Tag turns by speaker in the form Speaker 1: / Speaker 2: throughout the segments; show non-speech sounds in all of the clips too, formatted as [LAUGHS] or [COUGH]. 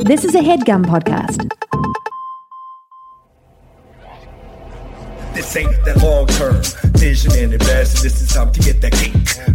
Speaker 1: This is a headgum podcast.
Speaker 2: This ain't that long term vision and investing. This is time to get that cake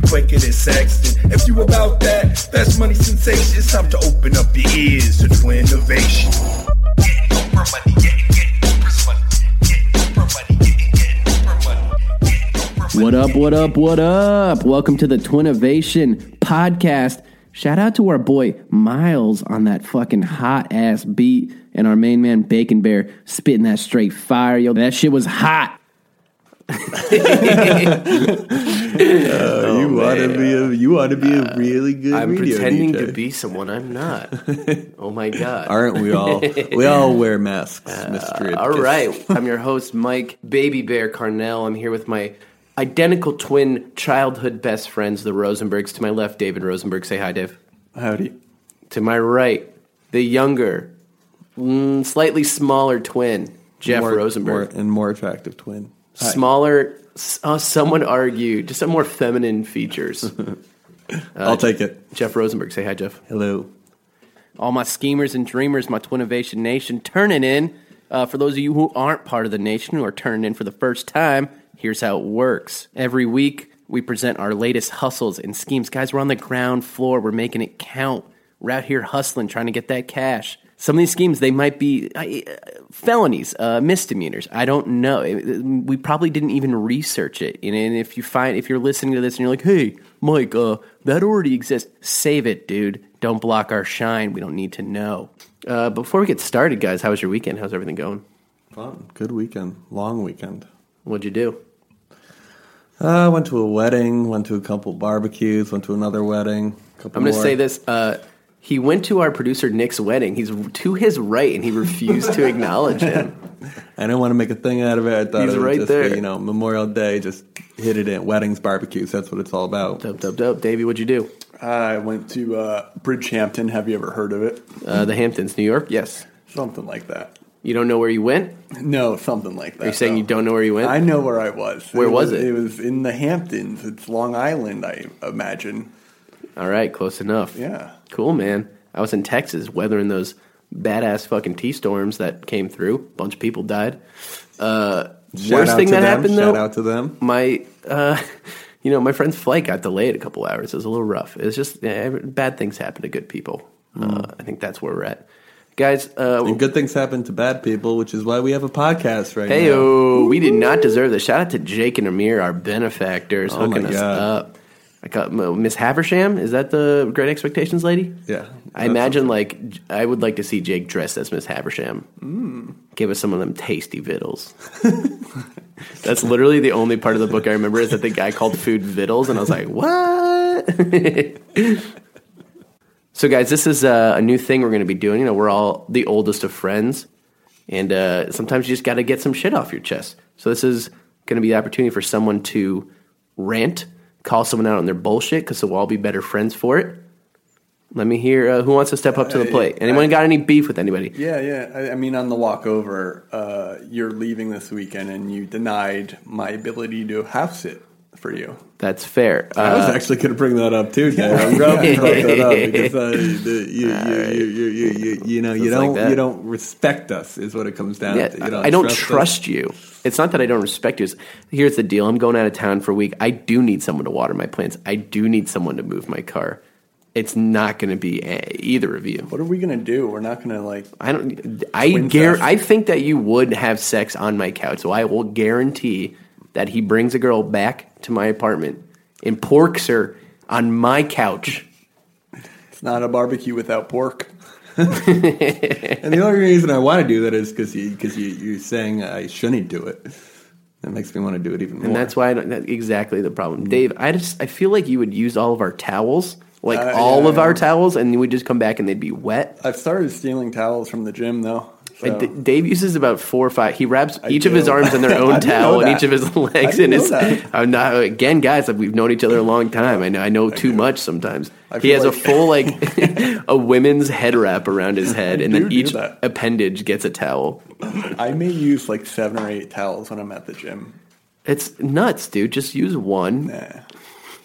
Speaker 2: quicker than Sexton. If you about that fast money sensation, it's time to open up your ears to true innovation. Get Oprah money, get get Oprah's money, get Oprah money, get get Oprah money, get Oprah money.
Speaker 3: What up, what up, what up? Welcome to the Twinnovation Podcast. Shout out to our boy Miles on that fucking hot ass beat and our main man Bacon Bear spitting that straight fire. Yo, that shit was hot.
Speaker 4: you want to be a you want to be a really good.
Speaker 5: Oh, I'm
Speaker 4: radio
Speaker 5: pretending
Speaker 4: DJ.
Speaker 5: to be someone I'm
Speaker 4: [LAUGHS]
Speaker 5: not. oh my god.
Speaker 4: Aren't
Speaker 5: [LAUGHS]
Speaker 4: we all? We all wear masks, Mister.
Speaker 5: Uh, All right. I'm your host, Mike Baby Bear Carnell. I'm here with my identical twin childhood best friends, the Rosenbergs. To my left, David Rosenberg. Say hi, Dave.
Speaker 4: Howdy.
Speaker 5: To my right, the younger, mm, slightly smaller twin, Jeff
Speaker 4: More-
Speaker 5: Rosenberg.
Speaker 4: more- and more attractive twin. Hi.
Speaker 5: Smaller, s- uh, some would argue, just some more
Speaker 3: [LAUGHS]
Speaker 5: feminine features.
Speaker 4: I'll take it.
Speaker 5: Jeff Rosenberg. Say hi, Jeff.
Speaker 4: Hello.
Speaker 3: All my schemers and dreamers, my Twinnovation Nation, turning in. Uh, for those of you who aren't part of the nation or turning in for the first time, here's how it works. Every week, we present our latest hustles and schemes. Guys, we're on the ground floor. We're making it count. We're out here hustling, trying to get that cash. Some of these schemes, they might be I, uh, felonies, uh, misdemeanors. I don't know. It- it- We probably didn't even research it. And and if you find, if you're listening to this and you're like, hey, Mike, uh, that already exists, save it, dude. Don't block our shine. We don't need to know.
Speaker 5: Uh, before we get started, guys, how was your weekend? How's everything going?
Speaker 4: Fun. Good weekend. Long weekend.
Speaker 5: What'd you do?
Speaker 4: I went to a wedding. Went to a couple barbecues. Went to another wedding. Couple
Speaker 5: I'm going to
Speaker 4: more.
Speaker 5: say this. Uh, he went to our producer Nick's wedding. He's to his right, and he refused to acknowledge him.
Speaker 4: I didn't want to make a thing out of it. I thought
Speaker 5: He's
Speaker 4: it would
Speaker 5: right
Speaker 4: just
Speaker 5: there.
Speaker 4: Be, you know, Memorial Day. Just hit it in weddings, barbecues. That's what it's all about.
Speaker 5: Dope, dope, dope. Davey, what'd you do?
Speaker 6: I went to uh, Bridgehampton. Have you ever heard of it?
Speaker 5: Uh, the Hamptons, New York. Yes.
Speaker 6: Something like that.
Speaker 5: You don't know where you went?
Speaker 6: No, something like that.
Speaker 5: Are you saying you don't know where you went?
Speaker 6: I know where I was.
Speaker 5: Where was it?
Speaker 6: It was in the Hamptons. It's Long Island, I imagine.
Speaker 5: All right, close enough.
Speaker 6: Yeah.
Speaker 5: Cool, man. I was in Texas weathering those badass fucking T storms that came through. bunch of people died. Uh,
Speaker 4: Shout
Speaker 5: worst
Speaker 4: out
Speaker 5: thing
Speaker 4: to
Speaker 5: that
Speaker 4: them.
Speaker 5: happened
Speaker 4: Shout
Speaker 5: though,
Speaker 4: out to them.
Speaker 5: my uh, [LAUGHS] you know my friend's flight got delayed a couple hours. It was a little rough. It's just eh, every- bad things happen to good people.
Speaker 4: Mm.
Speaker 5: Uh, I think that's where we're at, guys. Uh,
Speaker 4: And good things happen to bad people, which is why we have a podcast right
Speaker 5: hey,
Speaker 4: now.
Speaker 5: we did not deserve this. Shout out to Jake and Amir, our benefactors,
Speaker 4: Oh my
Speaker 5: hooking us
Speaker 4: God.
Speaker 5: up. I got Miss Haversham. Is that the Great Expectations lady?
Speaker 4: Yeah.
Speaker 5: I imagine like J- I would like to see Jake dressed as Miss Haversham.
Speaker 4: Mm.
Speaker 5: Give us some of them tasty vittles. [LAUGHS] That's literally the only part of the book I remember is that the guy called food vittles, and I was like, what? [LAUGHS] so, guys, this is uh, a new thing we're going to be doing. You know, we're all the oldest of friends, and uh, sometimes you just got to get some shit off your chest. So, this is going to be the opportunity for someone to rant, call someone out on their bullshit, because we'll all be better friends for it. Let me hear uh, who wants to step up to the
Speaker 6: Uh,
Speaker 5: plate. Anyone
Speaker 6: I-
Speaker 5: got any beef with anybody?
Speaker 6: Yeah, yeah. I, I mean, on the walk over, uh, you're leaving this weekend and you denied my ability to house sit for you.
Speaker 5: That's fair.
Speaker 4: I was
Speaker 5: Uh,
Speaker 4: actually going to bring that up too, Dave. I'm glad you brought that up because uh, the-
Speaker 5: [LAUGHS]
Speaker 4: you, you, you, you, you, you, you know you
Speaker 5: Just like
Speaker 4: don't
Speaker 5: that.
Speaker 4: you don't respect us is what it comes down
Speaker 5: yeah,
Speaker 4: to. You
Speaker 5: I don't
Speaker 4: us.
Speaker 5: trust you. It's not that I don't respect you. It's- Here's the deal: I'm going out of town for a week. I do need someone to water my plants. I do need someone to move my car. It's not going to be uh, either of you.
Speaker 6: What are we going to do? We're not going to, like,
Speaker 5: I don't. I
Speaker 6: Twin
Speaker 5: guar-
Speaker 6: fest.
Speaker 5: I think that you would have sex on my couch, so I will guarantee that he brings a girl back to my apartment and porks her on my couch.
Speaker 6: it's not a barbecue
Speaker 5: [LAUGHS]
Speaker 6: without pork.
Speaker 4: And the only reason I want to do that is because you because you, you're saying I shouldn't do it. That makes me want to do it even more.
Speaker 5: And that's why I don't, that, exactly the problem, Dave. I just I feel like you would use all of our towels, like
Speaker 6: Uh,
Speaker 5: all
Speaker 6: yeah,
Speaker 5: of our
Speaker 6: yeah.
Speaker 5: towels, and you would just come back and they'd be wet.
Speaker 6: I've started stealing towels from the gym, though.
Speaker 5: Uh,
Speaker 6: so-
Speaker 5: D- Dave uses about four or five. He wraps
Speaker 6: I
Speaker 5: each of his
Speaker 6: do.
Speaker 5: arms in their
Speaker 6: [LAUGHS] I
Speaker 5: own
Speaker 6: didn't know
Speaker 5: towel and
Speaker 6: that.
Speaker 5: each of his [LAUGHS] legs in
Speaker 6: didn't
Speaker 5: his.
Speaker 6: know that.
Speaker 5: I'm not again, guys. We've known each other a long time. I know. I know too much sometimes.
Speaker 6: I
Speaker 5: He has
Speaker 6: feel
Speaker 5: a
Speaker 6: like-
Speaker 5: full
Speaker 6: [LAUGHS]
Speaker 5: like [LAUGHS] a women's head wrap around his head, and
Speaker 6: do
Speaker 5: then
Speaker 6: do
Speaker 5: each
Speaker 6: that.
Speaker 5: appendage gets a towel.
Speaker 6: I may use like seven or eight towels when I'm at the gym.
Speaker 5: It's nuts, dude. Just use one.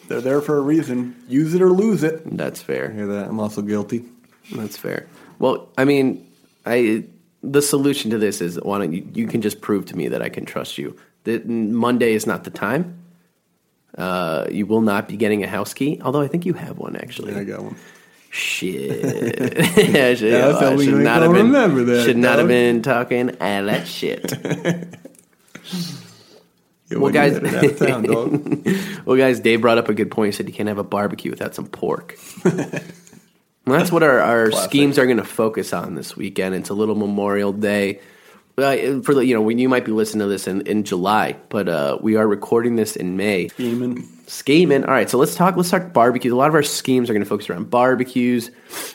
Speaker 6: They're there for a reason. Use it or lose it.
Speaker 5: That's fair.
Speaker 4: Hear that? I'm also guilty.
Speaker 5: That's fair. Well, I mean, I the solution to this is why don't you, you can just prove to me that I can trust you. That Monday is not the time. Uh, you will not be getting a house key, although I think you have one actually.
Speaker 4: I got one. [LAUGHS]
Speaker 5: Shit. [LAUGHS] I should,
Speaker 4: That's how
Speaker 5: I
Speaker 4: we
Speaker 5: should
Speaker 4: make
Speaker 5: not
Speaker 4: all
Speaker 5: have been,
Speaker 4: remember that,
Speaker 5: Should not have
Speaker 4: dog.
Speaker 5: been talking all that shit.
Speaker 4: Yeah,
Speaker 5: Well,
Speaker 4: when you
Speaker 5: guys-
Speaker 4: hit it
Speaker 5: [LAUGHS]
Speaker 4: out of town, dog.
Speaker 5: well, guys, Dave brought up a good point. He said you can't have a barbecue without some pork. And that's what our, our schemes are going to focus on this weekend. It's a little Memorial Day. Uh, for the, you know, when you might be listening to this in, in July, but uh, we are recording this in May.
Speaker 6: Demon.
Speaker 5: Scheming. All right, so let's talk. Let's talk barbecues. A lot of our schemes are going to focus around barbecues,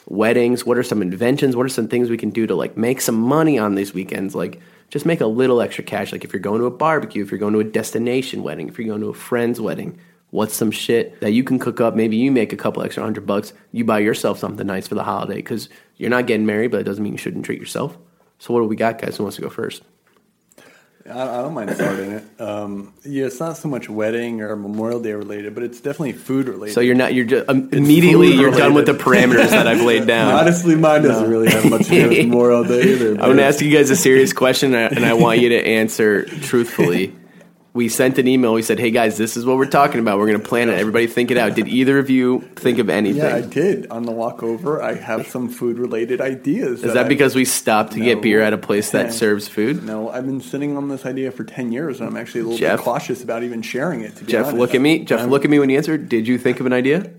Speaker 5: weddings. What are some inventions? What are some things we can do to like make some money on these weekends? Like just make a little extra cash. Like if you're going to a barbecue, if you're going to a destination wedding, if you're going to a friend's wedding, what's some shit that you can cook up? Maybe you make a couple extra hundred bucks. You buy yourself something nice for the holiday because you're not getting married, but it doesn't mean you shouldn't treat yourself. So what do we got, guys? Who wants to go first?
Speaker 6: I, I don't mind starting it. Um, yeah, it's not so much wedding or Memorial Day related, but it's definitely food related.
Speaker 5: So you're not. You're just um, immediately
Speaker 6: food
Speaker 5: you're done with the
Speaker 6: related.
Speaker 5: parameters that I've
Speaker 6: [LAUGHS]
Speaker 5: laid down.
Speaker 6: honestly, mine doesn't really have much to
Speaker 5: [LAUGHS]
Speaker 6: do with Memorial Day either.
Speaker 5: I'm
Speaker 6: but-
Speaker 5: going to ask you guys a serious question, and I- and I want you to answer truthfully. We sent an email. We said, "Hey guys, this is what we're talking about. We're going to plan it. Everybody think it out." Did either of you think of anything?
Speaker 6: Yeah, I did. On the walk over, I have some food related ideas.
Speaker 5: is that
Speaker 6: I-
Speaker 5: because we stopped to
Speaker 6: No.
Speaker 5: get beer at a place
Speaker 6: Yeah.
Speaker 5: that serves food?
Speaker 6: No, I've been sitting on this idea for ten years, and I'm actually a little
Speaker 5: Jeff?
Speaker 6: bit cautious about even sharing it. To be
Speaker 5: Jeff,
Speaker 6: honest.
Speaker 5: look at me. Jeff,
Speaker 6: I'm-
Speaker 5: look at me when you answer. Did you think of an idea?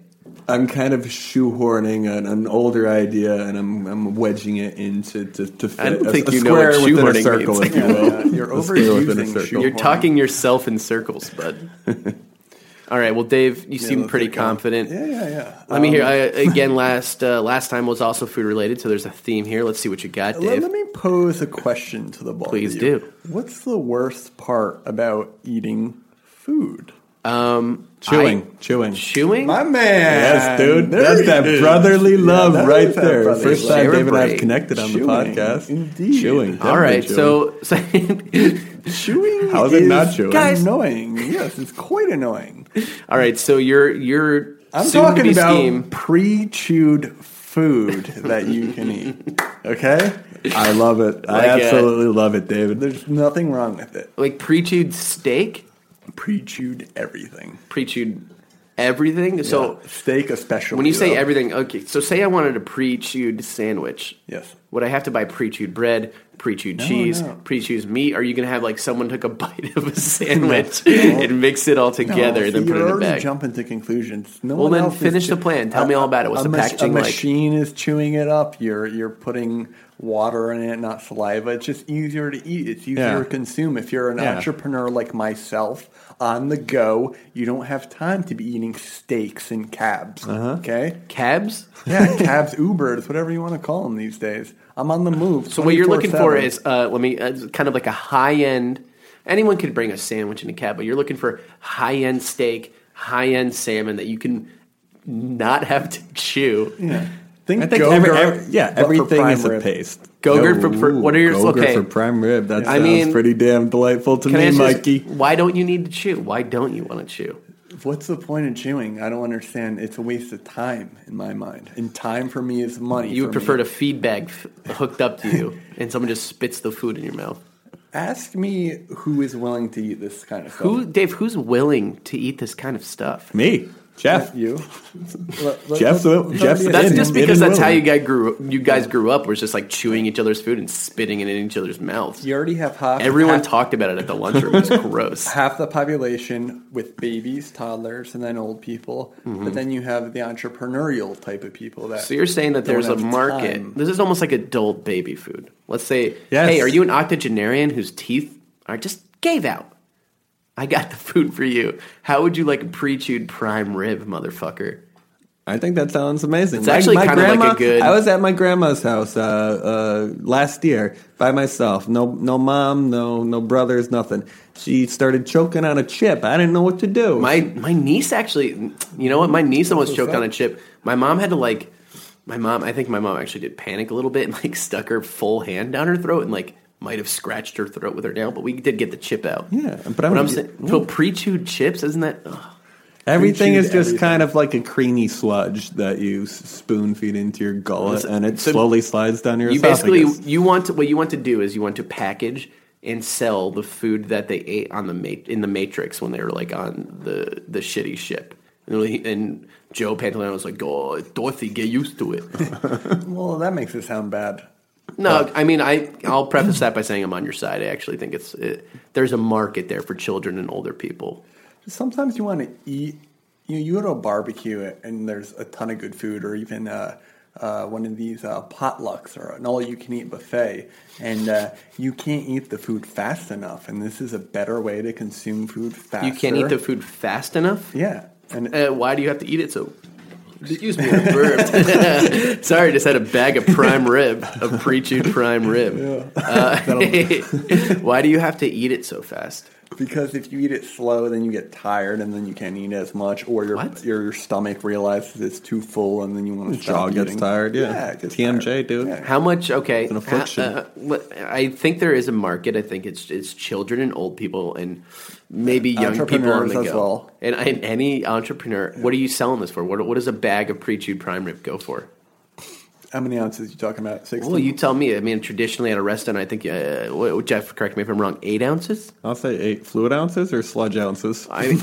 Speaker 4: I'm kind of shoehorning an, an older idea, and I'm I'm wedging it into to, to fit
Speaker 5: I don't
Speaker 4: a,
Speaker 5: think
Speaker 4: a
Speaker 5: you know
Speaker 4: square
Speaker 5: what
Speaker 4: within a
Speaker 5: shoehorning
Speaker 4: circle,
Speaker 5: means.
Speaker 4: if you will.
Speaker 6: Yeah, you're
Speaker 4: A square within a
Speaker 6: overusing
Speaker 4: circle.
Speaker 5: You're
Speaker 6: shoehorn.
Speaker 5: talking yourself in circles,
Speaker 6: [LAUGHS]
Speaker 5: bud. All right. Well, Dave, you
Speaker 6: Yeah,
Speaker 5: seem
Speaker 6: let's
Speaker 5: pretty
Speaker 6: take it.
Speaker 5: confident.
Speaker 6: Yeah, um, yeah, yeah.
Speaker 5: Let me hear
Speaker 4: Um,
Speaker 5: I, again. Last uh, last time was also food related, so there's a theme here. Let's see what you got,
Speaker 6: Let,
Speaker 5: Dave.
Speaker 6: let me pose a question to the both. of
Speaker 5: Please
Speaker 6: you.
Speaker 5: do.
Speaker 6: What's the worst part about eating food?
Speaker 5: um,
Speaker 4: Chewing, chewing.
Speaker 5: I, chewing.
Speaker 6: My man,
Speaker 4: Yes, dude.
Speaker 6: There
Speaker 4: That's
Speaker 6: it
Speaker 4: that
Speaker 6: is.
Speaker 4: brotherly
Speaker 6: Yeah,
Speaker 4: love
Speaker 6: that
Speaker 4: right
Speaker 6: is that
Speaker 4: there.
Speaker 6: brotherly
Speaker 4: First
Speaker 6: love.
Speaker 4: time
Speaker 5: Share a
Speaker 4: David and I have
Speaker 5: break.
Speaker 4: connected on the
Speaker 6: Chewing,
Speaker 4: podcast.
Speaker 6: indeed.
Speaker 4: Chewing. definitely
Speaker 5: All right,
Speaker 4: chewing.
Speaker 5: so, so
Speaker 6: Chewing
Speaker 4: How is it
Speaker 6: is
Speaker 4: not chewing?
Speaker 5: Guys-
Speaker 6: annoying. Yes, it's quite annoying.
Speaker 5: [LAUGHS] all right, so you're you're.
Speaker 6: I'm
Speaker 5: soon to
Speaker 6: talking
Speaker 5: be
Speaker 6: about
Speaker 5: scheme.
Speaker 6: pre-chewed food that you can eat. Okay,
Speaker 4: I love it. I
Speaker 5: Like, uh,
Speaker 4: absolutely love it, David.
Speaker 6: there's nothing wrong with it.
Speaker 5: like pre-chewed steak,
Speaker 6: Pre-chewed everything.
Speaker 5: pre-chewed everything. So
Speaker 6: Steak, especially.
Speaker 5: when you say
Speaker 6: though.
Speaker 5: everything, okay. So say I wanted a pre-chewed sandwich.
Speaker 6: yes,
Speaker 5: Would I have to buy pre-chewed bread, pre-chewed cheese,
Speaker 6: no.
Speaker 5: pre-chewed meat? Are you going to have like someone took a [LAUGHS] bite of a sandwich and mix it all together
Speaker 6: No,
Speaker 5: and then put it
Speaker 6: see, you're
Speaker 5: in a
Speaker 6: already
Speaker 5: bag?
Speaker 6: jumping to conclusions. No
Speaker 5: Well,
Speaker 6: one
Speaker 5: then
Speaker 6: else is
Speaker 5: finish
Speaker 6: chew-
Speaker 5: the plan. Tell me all about it. What's
Speaker 6: a
Speaker 5: the
Speaker 6: mach-
Speaker 5: packaging
Speaker 6: a
Speaker 5: like?
Speaker 6: machine is chewing it up. You're you're putting water in it, not saliva. It's just easier to eat. It's easier
Speaker 4: Yeah.
Speaker 6: to consume. If you're an
Speaker 4: Yeah.
Speaker 6: entrepreneur like myself, on the go, you don't have time to be eating steaks and cabs.
Speaker 5: Uh-huh.
Speaker 6: Okay,
Speaker 5: Cabs.
Speaker 6: yeah, [LAUGHS] cabs, Ubers, whatever you want to call them these days. I'm on the move.
Speaker 5: So what you're looking for is uh, let me uh, kind of like a high end. Anyone could bring a sandwich in a cab, but you're looking for high end steak, high end salmon that you can not have to chew.
Speaker 4: I think every, every, yeah, everything is a paste.
Speaker 5: Gogurt for- for- what are your-
Speaker 4: Gogurt
Speaker 5: okay.
Speaker 4: for prime rib? That
Speaker 5: I
Speaker 4: sounds
Speaker 5: mean-
Speaker 4: pretty damn delightful to
Speaker 5: Can I
Speaker 4: me,
Speaker 5: ask you this?
Speaker 4: Mikey.
Speaker 5: why don't you need to chew? Why don't you want to chew?
Speaker 6: What's the point of chewing? I don't understand. It's a waste of time in my mind. And time for me is money.
Speaker 5: You would
Speaker 6: for
Speaker 5: prefer
Speaker 6: me.
Speaker 5: to feed bag f- hooked up to you, and someone just spits the food in your mouth.
Speaker 6: ask me who is willing to eat this kind of
Speaker 4: Oh.
Speaker 6: stuff.
Speaker 5: Who, Dave? Who's willing to eat this kind of stuff?
Speaker 4: Me,
Speaker 5: [LAUGHS]
Speaker 4: Jeff.
Speaker 6: you? Let- let-
Speaker 4: Jeff's
Speaker 6: let-
Speaker 4: a-
Speaker 6: let-
Speaker 4: Jeff's
Speaker 6: let-
Speaker 4: a-
Speaker 5: That's
Speaker 4: It-
Speaker 5: just
Speaker 4: it
Speaker 5: because
Speaker 4: is
Speaker 5: that's how
Speaker 4: willing.
Speaker 5: you guys grew. You guys grew up was just like chewing each other's food and spitting it in each other's mouths.
Speaker 6: You already have half
Speaker 5: Everyone
Speaker 6: half,
Speaker 5: talked about it at the lunchroom.
Speaker 4: [LAUGHS]
Speaker 5: It was gross.
Speaker 6: half the population with babies, toddlers, and then old people. But then you have the entrepreneurial type of people that.
Speaker 5: Mm-hmm. So you're saying that
Speaker 6: don't
Speaker 5: there's a
Speaker 6: have
Speaker 5: market.
Speaker 6: time.
Speaker 5: This is almost like adult baby food. Let's say,
Speaker 4: Yes.
Speaker 5: hey, are you an octogenarian whose teeth are just gave out? I got the food for you. How would you like a pre-chewed prime rib, motherfucker?
Speaker 4: I think that sounds amazing.
Speaker 5: It's actually kind of like a good-
Speaker 4: I was at my grandma's house uh, uh, last year by myself. No, no mom, no, no brothers, nothing. She started choking on a chip. I didn't know what to do.
Speaker 5: My my niece actually, you know what? My niece almost choked on a chip. My mom had to like, my mom. I think my mom actually did panic a little bit and like stuck her full hand down her throat and like might have scratched her throat with her nail. But we did get the chip out.
Speaker 4: Yeah, but I'm-
Speaker 5: but I'm saying, so pre-chewed chips, isn't that? ugh.
Speaker 4: Everything
Speaker 6: chewed
Speaker 4: is just
Speaker 6: everything.
Speaker 4: kind of like a creamy sludge that you s- spoon feed into your gullet,
Speaker 5: So-
Speaker 4: and it
Speaker 5: so
Speaker 4: slowly slides down your
Speaker 5: You
Speaker 4: esophagus.
Speaker 5: basically you want to, what you want to do is you want to package and sell the food that they ate on the ma- in the Matrix when they were like on the the shitty ship. And, he- and Joe Pantoliano was like, "Oh, Dorothy, get used to it."
Speaker 6: Well, that makes it sound bad.
Speaker 5: No, I mean I. I'll preface that by saying I'm on your side. I actually think it's it, there's a market there for children and older people.
Speaker 6: Sometimes you want to eat. You you go to a barbecue and there's a ton of good food, or even uh, uh, one of these uh, potlucks or an all-you-can-eat buffet, and uh, you can't eat the food fast enough. And this is a better way to consume food faster.
Speaker 5: You can't eat the food fast enough.
Speaker 6: Yeah, and
Speaker 5: Uh, why do you have to eat it so? Excuse me, I burped. [LAUGHS] Sorry, just had a bag of prime rib, of pre-chewed prime rib. Uh, [LAUGHS] why do you have to eat it so fast?
Speaker 6: because if you eat it slow, then you get tired, and then you can't eat as much, or your
Speaker 5: What?
Speaker 6: your, your stomach realizes it's too full, and then you want to
Speaker 4: jaw
Speaker 6: stop
Speaker 4: gets
Speaker 6: eating.
Speaker 4: tired, yeah.
Speaker 6: it gets
Speaker 4: TMJ,
Speaker 6: tired.
Speaker 4: dude.
Speaker 6: Yeah.
Speaker 5: How much? Okay,
Speaker 4: an affliction.
Speaker 5: Uh, uh, I think there is a market. I think it's it's children and old people and maybe young people on
Speaker 6: Entrepreneurs
Speaker 5: the
Speaker 6: as
Speaker 5: go.
Speaker 6: well.
Speaker 5: And, and any entrepreneur, what are you selling this for? What what does a bag of pre-chewed prime rib go for?
Speaker 6: How many ounces you talking about? Six.
Speaker 5: Well, you tell me. I mean, traditionally at a restaurant, I think uh, what- Jeff, correct me if I'm wrong. Eight ounces.
Speaker 4: I'll say eight fluid ounces or sludge ounces.
Speaker 6: [LAUGHS]
Speaker 5: I [LAUGHS] mean,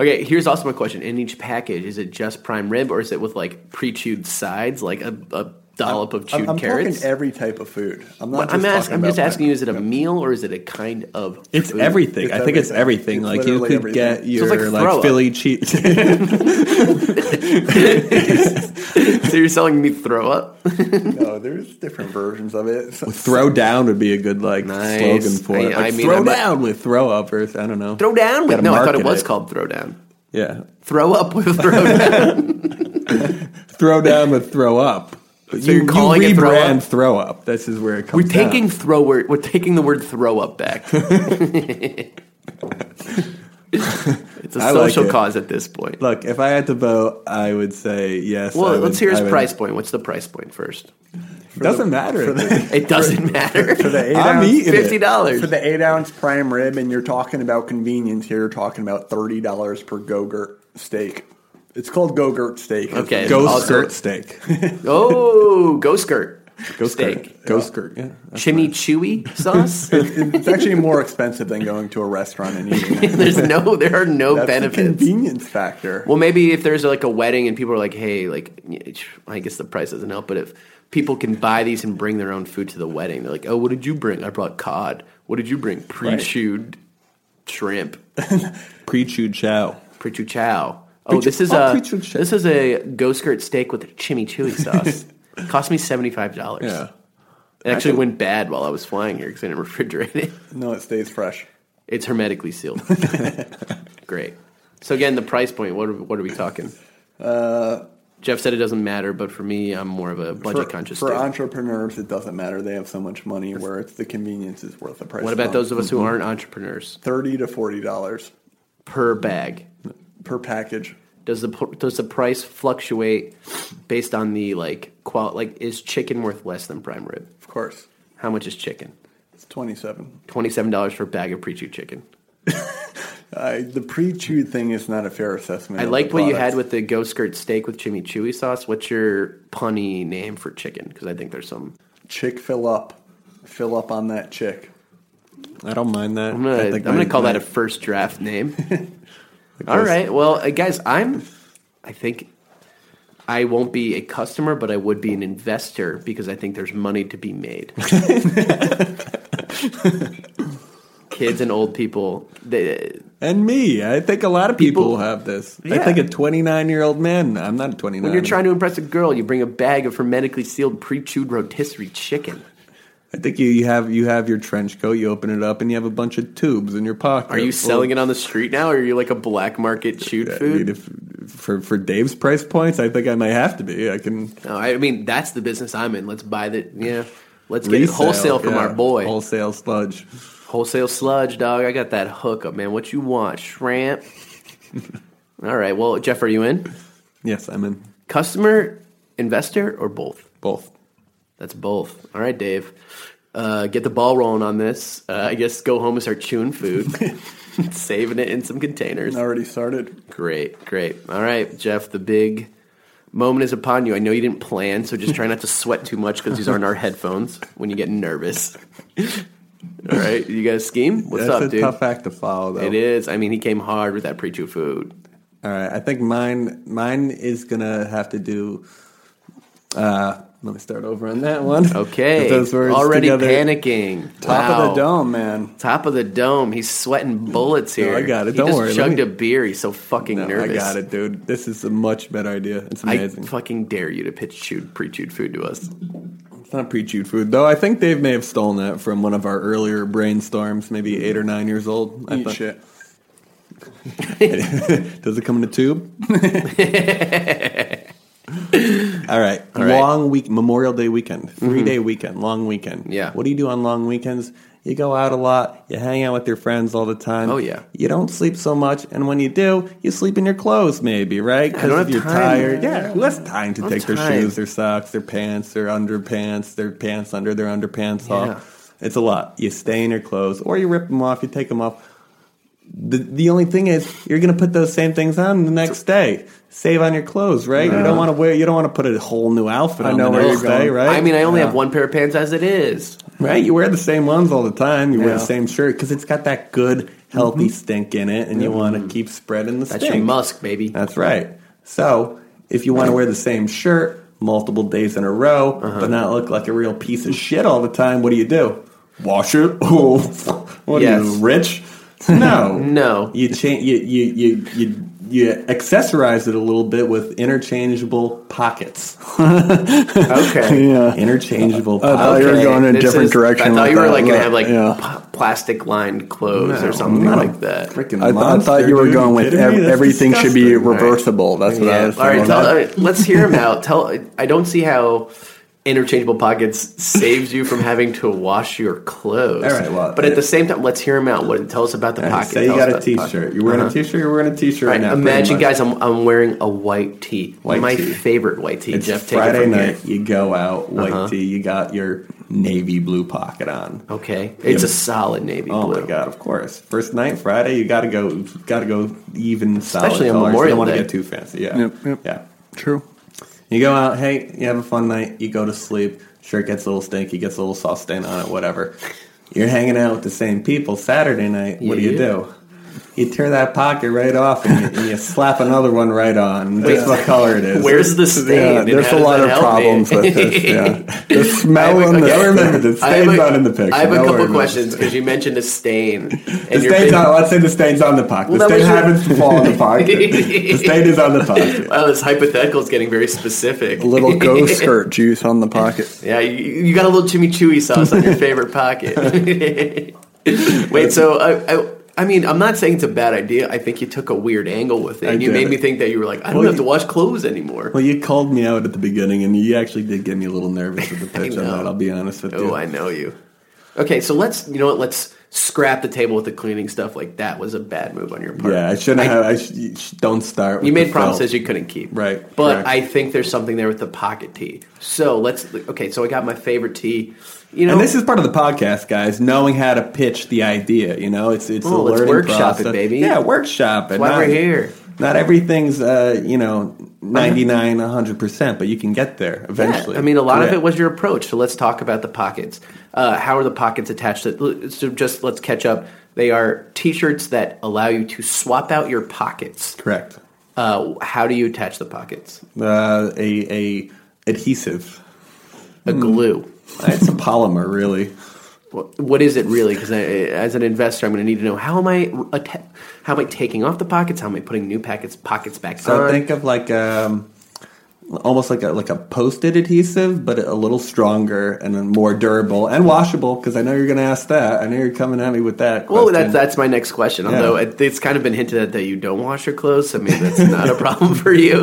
Speaker 5: okay. Here's also my question: In each package, is it just prime rib, or is it with like pre-chewed sides, like a, a dollop of chewed
Speaker 6: I'm, I'm
Speaker 5: carrots?
Speaker 6: talking every type of food. I'm
Speaker 5: But
Speaker 6: not. just
Speaker 5: I'm, ask,
Speaker 6: talking
Speaker 5: I'm
Speaker 6: about
Speaker 5: just
Speaker 6: that.
Speaker 5: asking you: Is it a meal or is it a kind of?
Speaker 4: It's
Speaker 5: food?
Speaker 4: everything.
Speaker 6: It's
Speaker 4: I think it's
Speaker 6: everything. It's
Speaker 4: everything. like you
Speaker 6: literally
Speaker 4: could
Speaker 6: everything.
Speaker 4: get
Speaker 6: So
Speaker 4: your
Speaker 5: it's like
Speaker 4: like,
Speaker 5: throw up.
Speaker 4: Philly cheese.
Speaker 5: So you're selling me throw up?
Speaker 6: No, there's different versions of it. So-
Speaker 4: throw down would be a good like
Speaker 5: Nice.
Speaker 4: slogan for it.
Speaker 5: I- I
Speaker 4: Like,
Speaker 5: mean,
Speaker 4: throw
Speaker 5: I'm not-
Speaker 4: down with throw up or I don't know.
Speaker 5: Throw down with?
Speaker 4: Gotta
Speaker 5: No, I thought it
Speaker 4: market
Speaker 5: was
Speaker 4: it.
Speaker 5: called throw down.
Speaker 4: Yeah,
Speaker 5: Throw up with [LAUGHS] throw down.
Speaker 4: throw down with
Speaker 5: [LAUGHS]
Speaker 4: throw up.
Speaker 5: you're calling it throw
Speaker 4: rebrand
Speaker 5: up?
Speaker 4: throw up. This is where it comes.
Speaker 5: We're taking
Speaker 4: down.
Speaker 5: throw word. We're taking the word throw up back. it's a
Speaker 4: I like
Speaker 5: social
Speaker 4: it.
Speaker 5: cause at this point.
Speaker 4: Look, if I had to vote, I would say yes.
Speaker 5: Well,
Speaker 4: I would-
Speaker 5: let's hear his
Speaker 4: I would-
Speaker 5: price point. What's the price point first?
Speaker 4: Doesn't matter.
Speaker 5: It doesn't matter.
Speaker 6: for the eight
Speaker 4: [LAUGHS] I'm
Speaker 6: ounce,
Speaker 4: eating
Speaker 5: Fifty
Speaker 4: it.
Speaker 5: dollars.
Speaker 6: for the eight ounce prime rib, and you're talking about convenience here. You're talking about thirty dollars per go-gurt steak. It's called go-gurt steak.
Speaker 5: Okay.
Speaker 4: Go
Speaker 5: Also- [LAUGHS]
Speaker 4: skirt steak.
Speaker 5: Oh, go skirt.
Speaker 4: Go
Speaker 5: Steak.
Speaker 4: skirt. Go skirt. Yeah.
Speaker 5: Chimichurri sauce.
Speaker 6: it's actually more expensive than going to a restaurant and eating.
Speaker 5: [LAUGHS]
Speaker 6: it.
Speaker 5: There's no. There are no
Speaker 6: That's the
Speaker 5: benefits.
Speaker 6: convenience factor.
Speaker 5: Well, maybe if there's like a wedding and people are like, "Hey, like," I guess the price doesn't help. But if people can buy these and bring their own food to the wedding, they're like, "Oh, what did you bring? I brought cod. What did you bring? Pre-chewed shrimp,
Speaker 4: Pre-chewed chow.
Speaker 5: pre-chewed chow. Oh, this is
Speaker 4: oh,
Speaker 5: a
Speaker 4: pre-chewed chow.
Speaker 5: this is a go skirt steak with a
Speaker 4: [LAUGHS]
Speaker 5: chimichurri sauce. Cost me seventy five dollars.
Speaker 4: Yeah.
Speaker 5: It actually went bad while I was flying here because I didn't refrigerate it.
Speaker 6: no, it stays fresh.
Speaker 5: It's hermetically
Speaker 6: [LAUGHS]
Speaker 5: sealed. Great. So again, the price point. What are, what are we talking? Jeff said it doesn't matter, but for me, I'm more of a budget
Speaker 6: Uh, For,
Speaker 5: conscious.
Speaker 6: for
Speaker 5: dude.
Speaker 6: entrepreneurs, it doesn't matter. They have so much money where it's the convenience is worth the price.
Speaker 5: what about those of
Speaker 6: Mm-hmm.
Speaker 5: us who aren't entrepreneurs?
Speaker 6: thirty to forty dollars
Speaker 5: Per bag,
Speaker 6: per package?
Speaker 5: does the pr- does the price fluctuate based on the like qual? Like, is chicken worth less than prime rib?
Speaker 6: Of course,
Speaker 5: How much is chicken?
Speaker 6: it's twenty-seven.
Speaker 5: Twenty seven dollars for a bag of pre chewed chicken.
Speaker 6: I, the pre-chewed thing is not a fair assessment.
Speaker 5: I
Speaker 6: of
Speaker 5: liked
Speaker 6: the
Speaker 5: what you
Speaker 6: product.
Speaker 5: had with the go skirt steak with chimichurri sauce. What's your punny name for chicken? Because I think there's some.
Speaker 6: chick fill up, fill up on that chick.
Speaker 4: I don't mind that.
Speaker 5: I'm gonna, I'm gonna call that a first draft
Speaker 4: [LAUGHS]
Speaker 5: name. All right. Well, uh, guys, I'm. I think I won't be a customer, but I would be an investor because I think there's money to be
Speaker 4: [LAUGHS]
Speaker 5: made. Kids and old people. They,
Speaker 4: And me, I think a lot of people, have this. I
Speaker 5: Yeah.
Speaker 4: think a 29 year old man. I'm not 29.
Speaker 5: when you're trying to impress a girl, you bring a bag of hermetically sealed pre-chewed rotisserie chicken.
Speaker 4: I think you, you have you have your trench coat. You open it up, and you have a bunch of tubes in your pocket.
Speaker 5: Are you selling it on the street now, or are you like a black market chewed food?
Speaker 4: for for Dave's price points, I think I might have to be. I can
Speaker 5: No, I mean that's the business I'm in. Let's buy the yeah. Let's get it
Speaker 4: resell,
Speaker 5: wholesale from
Speaker 4: yeah,
Speaker 5: our boy.
Speaker 4: Wholesale sludge.
Speaker 5: Wholesale sludge, dog. I got that hookup, man. What you want,
Speaker 4: [LAUGHS]
Speaker 5: shrimp? All right. Well, Jeff, are you in?
Speaker 4: Yes, I'm in
Speaker 5: Customer, investor, or both?
Speaker 4: both.
Speaker 5: That's both. All
Speaker 4: [LAUGHS]
Speaker 5: right, Dave. Uh, get the ball rolling on this. Uh, I guess go home and start chewing food. saving it in some containers.
Speaker 6: Already started.
Speaker 5: Great, great. All right, Jeff, the big moment is upon you. I know you didn't plan, so just try not to sweat too much because these aren't our headphones when you get
Speaker 4: [LAUGHS]
Speaker 5: nervous. All right, you guys scheme? What's
Speaker 4: That's
Speaker 5: up,
Speaker 4: a
Speaker 5: dude?
Speaker 4: tough act to follow, though.
Speaker 5: It is. I mean, he came hard with that pre-chew food.
Speaker 4: All right, I think mine mine is gonna have to do. Uh, let me start over on that one.
Speaker 5: Okay,
Speaker 4: Put those words
Speaker 5: already
Speaker 4: together.
Speaker 5: panicking.
Speaker 6: Top
Speaker 5: Wow.
Speaker 6: of the dome, man.
Speaker 5: Top of the dome. He's sweating bullets here.
Speaker 4: I got it.
Speaker 5: He
Speaker 4: Don't
Speaker 5: just
Speaker 4: worry. Let
Speaker 5: Chugged
Speaker 4: me-
Speaker 5: a beer. He's so fucking
Speaker 4: No,
Speaker 5: nervous.
Speaker 4: I got it, dude. This is a much better idea. It's
Speaker 5: I
Speaker 4: amazing.
Speaker 5: fucking dare you to pitch chewed pre-chewed food to us.
Speaker 4: it's not pre-chewed food, though. I think Dave may have stolen that from one of our earlier brainstorms, maybe eight or nine years old. I
Speaker 6: Eat
Speaker 4: thought-
Speaker 6: shit.
Speaker 4: [LAUGHS] Does it come in
Speaker 5: [LAUGHS]
Speaker 4: a tube? All right.
Speaker 5: right. Mm-hmm.
Speaker 4: Long week, Memorial Day weekend, three day weekend, long weekend.
Speaker 5: Yeah.
Speaker 4: What do you do on long weekends? You go out a lot. You hang out with your friends all the time.
Speaker 5: Oh, yeah.
Speaker 4: You don't sleep so much, and when you do, you sleep in your clothes, maybe right?
Speaker 5: I don't
Speaker 4: if
Speaker 5: have
Speaker 4: you're
Speaker 5: time.
Speaker 4: tired, yeah, who has time to
Speaker 5: don't
Speaker 4: take
Speaker 5: have
Speaker 4: their
Speaker 5: time.
Speaker 4: shoes, their socks, their pants, their underpants, their pants under their underpants
Speaker 5: Yeah.
Speaker 4: off? It's a lot. You stay in your clothes, or you rip them off. You take them off. The, the only thing is you're going to put those same things on the next day. Save on your clothes, right? You don't want to wear. You don't want to put a whole new outfit
Speaker 6: I
Speaker 4: on
Speaker 6: know
Speaker 4: the
Speaker 6: where
Speaker 4: next
Speaker 6: you're going.
Speaker 4: day, right?
Speaker 5: I mean, I only have one pair of pants as it is.
Speaker 4: right. You wear the same ones all the time. You wear the
Speaker 6: Yeah. Mm-hmm.
Speaker 4: same shirt because it's got that good, healthy stink in it, and you want to keep spreading the
Speaker 5: That's
Speaker 4: stink.
Speaker 5: your musk, baby.
Speaker 4: That's right. So if you want to wear the same shirt multiple days in a row,
Speaker 6: Uh-huh.
Speaker 4: but not look like a real piece of shit all the time, what do you do? Wash it? [LAUGHS] Oh, what
Speaker 5: Yes.
Speaker 4: are
Speaker 6: [LAUGHS]
Speaker 4: you rich? No,
Speaker 5: No.
Speaker 4: You change. You you you you. You accessorize it a little bit with interchangeable pockets. [LAUGHS]
Speaker 5: Okay.
Speaker 6: Yeah.
Speaker 4: Interchangeable
Speaker 6: Uh, I thought
Speaker 4: pockets.
Speaker 6: you were
Speaker 5: Okay,
Speaker 6: going in a
Speaker 5: this
Speaker 6: different
Speaker 5: is-
Speaker 6: direction.
Speaker 5: I thought
Speaker 6: with
Speaker 5: you were
Speaker 6: that.
Speaker 5: like gonna have like
Speaker 6: Yeah.
Speaker 5: plastic lined clothes or something
Speaker 4: No.
Speaker 5: like that.
Speaker 4: Freaking
Speaker 6: I, th- I
Speaker 4: monster,
Speaker 6: thought you were
Speaker 4: dude.
Speaker 6: going with
Speaker 4: kidding me?
Speaker 6: ev-
Speaker 4: That's
Speaker 6: everything should be
Speaker 4: disgusting.
Speaker 6: reversible. That's what I
Speaker 5: Yeah.
Speaker 6: was
Speaker 5: All right,
Speaker 6: thinking.
Speaker 5: tell, all right, let's hear him
Speaker 4: [LAUGHS]
Speaker 5: out. Tell I don't see how interchangeable pockets saves you from having to wash your clothes.
Speaker 4: All right, well,
Speaker 5: but at the same time, let's hear him out. What tell us about the pocket?
Speaker 4: Say you
Speaker 5: Tell us
Speaker 4: got a
Speaker 5: about the pocket.
Speaker 4: t-shirt. You're wearing
Speaker 5: Uh-huh.
Speaker 4: a t-shirt. You're wearing a t-shirt
Speaker 5: All right,
Speaker 4: now. pretty
Speaker 5: imagine,
Speaker 4: much.
Speaker 5: guys, I'm, I'm wearing a white tee.
Speaker 4: White
Speaker 5: My
Speaker 4: tee.
Speaker 5: favorite white tee.
Speaker 4: It's
Speaker 5: Jeff, take it
Speaker 4: Friday
Speaker 5: from
Speaker 4: night.
Speaker 5: here.
Speaker 4: You go out, white
Speaker 5: Uh-huh.
Speaker 4: tee. You got your navy blue pocket on.
Speaker 5: Okay, it's
Speaker 4: Yeah.
Speaker 5: a solid navy
Speaker 4: Oh
Speaker 5: blue.
Speaker 4: my god! Of course, first night Friday. You gotta go. Gotta go even solid.
Speaker 5: Especially on
Speaker 4: colors. You
Speaker 5: Memorial
Speaker 4: don't want to
Speaker 5: Day.
Speaker 4: get too fancy. Yeah.
Speaker 6: Yep, yep.
Speaker 4: Yeah.
Speaker 6: True.
Speaker 4: You go out. Hey, you have a fun night. You go to sleep. Shirt gets a little stinky. Gets a little sauce stain on it. Whatever. You're hanging out with the same people Saturday night. What do you
Speaker 5: Yeah.
Speaker 4: do? You tear that pocket right off and you, and you slap another one right on. Guess what color it is?
Speaker 5: Where's the stain?
Speaker 6: Yeah,
Speaker 5: and
Speaker 6: there's
Speaker 5: how
Speaker 6: a
Speaker 5: does
Speaker 6: lot
Speaker 5: that [LAUGHS]
Speaker 6: of
Speaker 5: help me?
Speaker 6: problems with this.
Speaker 5: [LAUGHS]
Speaker 6: Yeah, the smell
Speaker 5: I have a-
Speaker 6: and
Speaker 5: [LAUGHS]
Speaker 6: the
Speaker 5: okay, I
Speaker 4: remember the
Speaker 5: I have
Speaker 4: stain's
Speaker 5: a-
Speaker 4: not in the picture.
Speaker 5: I have a
Speaker 4: Don't worry
Speaker 5: couple
Speaker 4: about
Speaker 5: questions because you mentioned a
Speaker 4: [LAUGHS]
Speaker 5: stain. And
Speaker 4: The
Speaker 5: you're
Speaker 4: stain's
Speaker 5: big- [LAUGHS]
Speaker 4: on. Let's say the stain's on the pocket.
Speaker 5: Well,
Speaker 4: the
Speaker 5: that
Speaker 4: stain
Speaker 5: was your-
Speaker 4: happens to fall on
Speaker 5: [LAUGHS]
Speaker 4: the pocket. the stain is on the pocket.
Speaker 5: Wow, Oh, this hypothetical is getting very specific. [LAUGHS]
Speaker 6: little ghost skirt juice on the pocket.
Speaker 5: Yeah, you, you got a little chimichurri sauce on your favorite
Speaker 4: [LAUGHS]
Speaker 5: pocket. Wait, so I, I, I mean, I'm not saying it's a bad idea. I think you took a weird angle with it.
Speaker 4: I
Speaker 5: and you
Speaker 4: did
Speaker 5: made
Speaker 4: it.
Speaker 5: me think that you were like, I don't
Speaker 4: Well,
Speaker 5: have
Speaker 4: you-
Speaker 5: to wash clothes anymore.
Speaker 4: Well, you called me out at the beginning, and you actually did get me a little nervous with
Speaker 5: [LAUGHS]
Speaker 4: the
Speaker 5: I
Speaker 4: pitch on
Speaker 5: know.
Speaker 4: that. I'll be honest with you.
Speaker 5: Oh, I know you. Okay, so let's you know what? Let's scrap the table with the cleaning stuff. Like that was a bad move on your part.
Speaker 4: yeah, I shouldn't have. I sh- you sh- don't start. With
Speaker 5: You
Speaker 4: the
Speaker 5: made promises
Speaker 4: felt.
Speaker 5: you couldn't keep.
Speaker 4: Right,
Speaker 5: But
Speaker 4: correct.
Speaker 5: I think there's something there with the pocket tee. So let's okay, so I got my favorite tee. You know
Speaker 4: and this is part of the podcast, guys. Knowing how to pitch the idea, you know, it's it's a
Speaker 5: Oh, let's
Speaker 4: learning
Speaker 5: workshop it,
Speaker 4: process.
Speaker 5: baby.
Speaker 4: Yeah, workshop it.
Speaker 5: why
Speaker 4: not-
Speaker 5: we're here. Uh-huh.
Speaker 4: Not everything's, uh, you know, 99, 100%, but you can get there eventually.
Speaker 5: Yeah, I mean, a lot of
Speaker 4: Yeah.
Speaker 5: it was your approach. So let's talk about the pockets. Uh, how are the pockets attached? To, so just let's catch up. They are T-shirts that allow you to swap out your pockets.
Speaker 4: Correct.
Speaker 5: Uh, how do you attach the pockets?
Speaker 4: Uh, a, a adhesive.
Speaker 5: A glue.
Speaker 4: Hmm. It's a polymer, really.
Speaker 5: What- What is it really? Because as an investor, I'm going to need to know how am I atta- how am I taking off the pockets? How am I putting new packets pockets back
Speaker 4: So
Speaker 5: on?
Speaker 4: think of like um, almost like a like a post-it adhesive, but a little stronger and then more durable and washable. Because I know you're going to ask that. I know you're coming at me with that.
Speaker 5: well,
Speaker 4: question.
Speaker 5: that's that's my next question. Although it, it's kind of been hinted at that you don't wash your clothes, so maybe that's not a [LAUGHS] problem for you.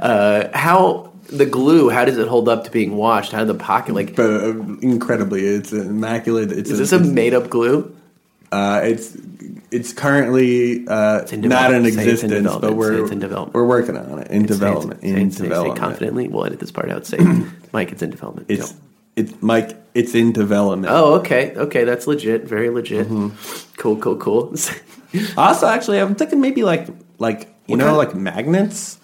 Speaker 5: Uh, how the glue? How does it hold up to being washed? How do the pocket like?
Speaker 4: But uh, incredibly, it's immaculate. It's
Speaker 5: Is this a
Speaker 4: it's,
Speaker 5: made up glue?
Speaker 4: uh, it's it's currently uh,
Speaker 5: in
Speaker 4: not in
Speaker 5: development. Say it's in
Speaker 4: existence, but
Speaker 5: development. Say
Speaker 4: we're
Speaker 5: it's in development.
Speaker 4: we're working on it in
Speaker 5: Say it's-
Speaker 4: development.
Speaker 5: say
Speaker 4: in
Speaker 5: it's- say- say
Speaker 4: development, [CLEARS THROAT]
Speaker 5: confidently. We'll edit this part out. Say, Mike, it's in development.
Speaker 4: it's
Speaker 5: Don't.
Speaker 4: It's Mike. It's in development.
Speaker 5: Oh, okay, okay, that's legit, very legit.
Speaker 4: Mm-hmm.
Speaker 5: Cool, cool, cool. [LAUGHS]
Speaker 4: Also, actually, I'm thinking maybe like like you
Speaker 5: What
Speaker 4: know
Speaker 5: kind-
Speaker 4: like magnets.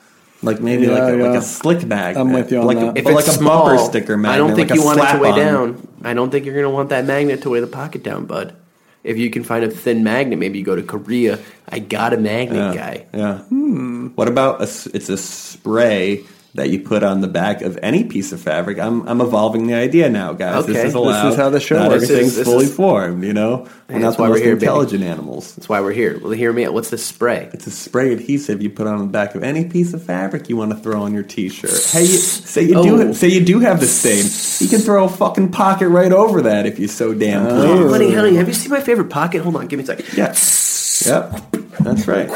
Speaker 4: Like maybe
Speaker 6: Yeah,
Speaker 4: like, a, like
Speaker 6: yeah.
Speaker 4: a slick magnet.
Speaker 6: I'm with you on
Speaker 4: like
Speaker 6: that.
Speaker 4: A,
Speaker 6: If
Speaker 4: but like
Speaker 5: it's
Speaker 4: a bumper
Speaker 5: small,
Speaker 4: sticker
Speaker 5: I
Speaker 4: magnet.
Speaker 5: don't think
Speaker 4: like a
Speaker 5: you want it to weigh
Speaker 4: slap-on.
Speaker 5: down. I don't think you're going to want that magnet to weigh the pocket down, bud. If you can find a thin magnet, maybe you go to Korea. I got a magnet
Speaker 4: Yeah.
Speaker 5: guy.
Speaker 4: Yeah.
Speaker 5: Hmm.
Speaker 4: What about a s it's a spray that you put on the back of any piece of fabric? I'm I'm evolving the idea now, guys.
Speaker 5: Okay.
Speaker 4: This
Speaker 5: This is
Speaker 4: is allowed.
Speaker 6: how the show
Speaker 4: Not
Speaker 6: works.
Speaker 4: Everything's
Speaker 5: This is- this
Speaker 4: fully
Speaker 5: is-
Speaker 4: formed. You know, we're not
Speaker 5: that's
Speaker 4: the
Speaker 5: why we're
Speaker 4: most
Speaker 5: here, baby.
Speaker 4: intelligent animals.
Speaker 5: That's why we're here. Well, hear me out. What's this spray?
Speaker 4: It's a spray adhesive you put on the back of any piece of fabric you want to throw on your T-shirt. Hey, you, say you
Speaker 5: Oh.
Speaker 4: do say you do have the stain. You can throw a fucking pocket right over that if you so damn please.
Speaker 5: Oh, honey, honey, have you seen my favorite pocket? Hold on, give me a second.
Speaker 4: Yeah. Yep. That's right.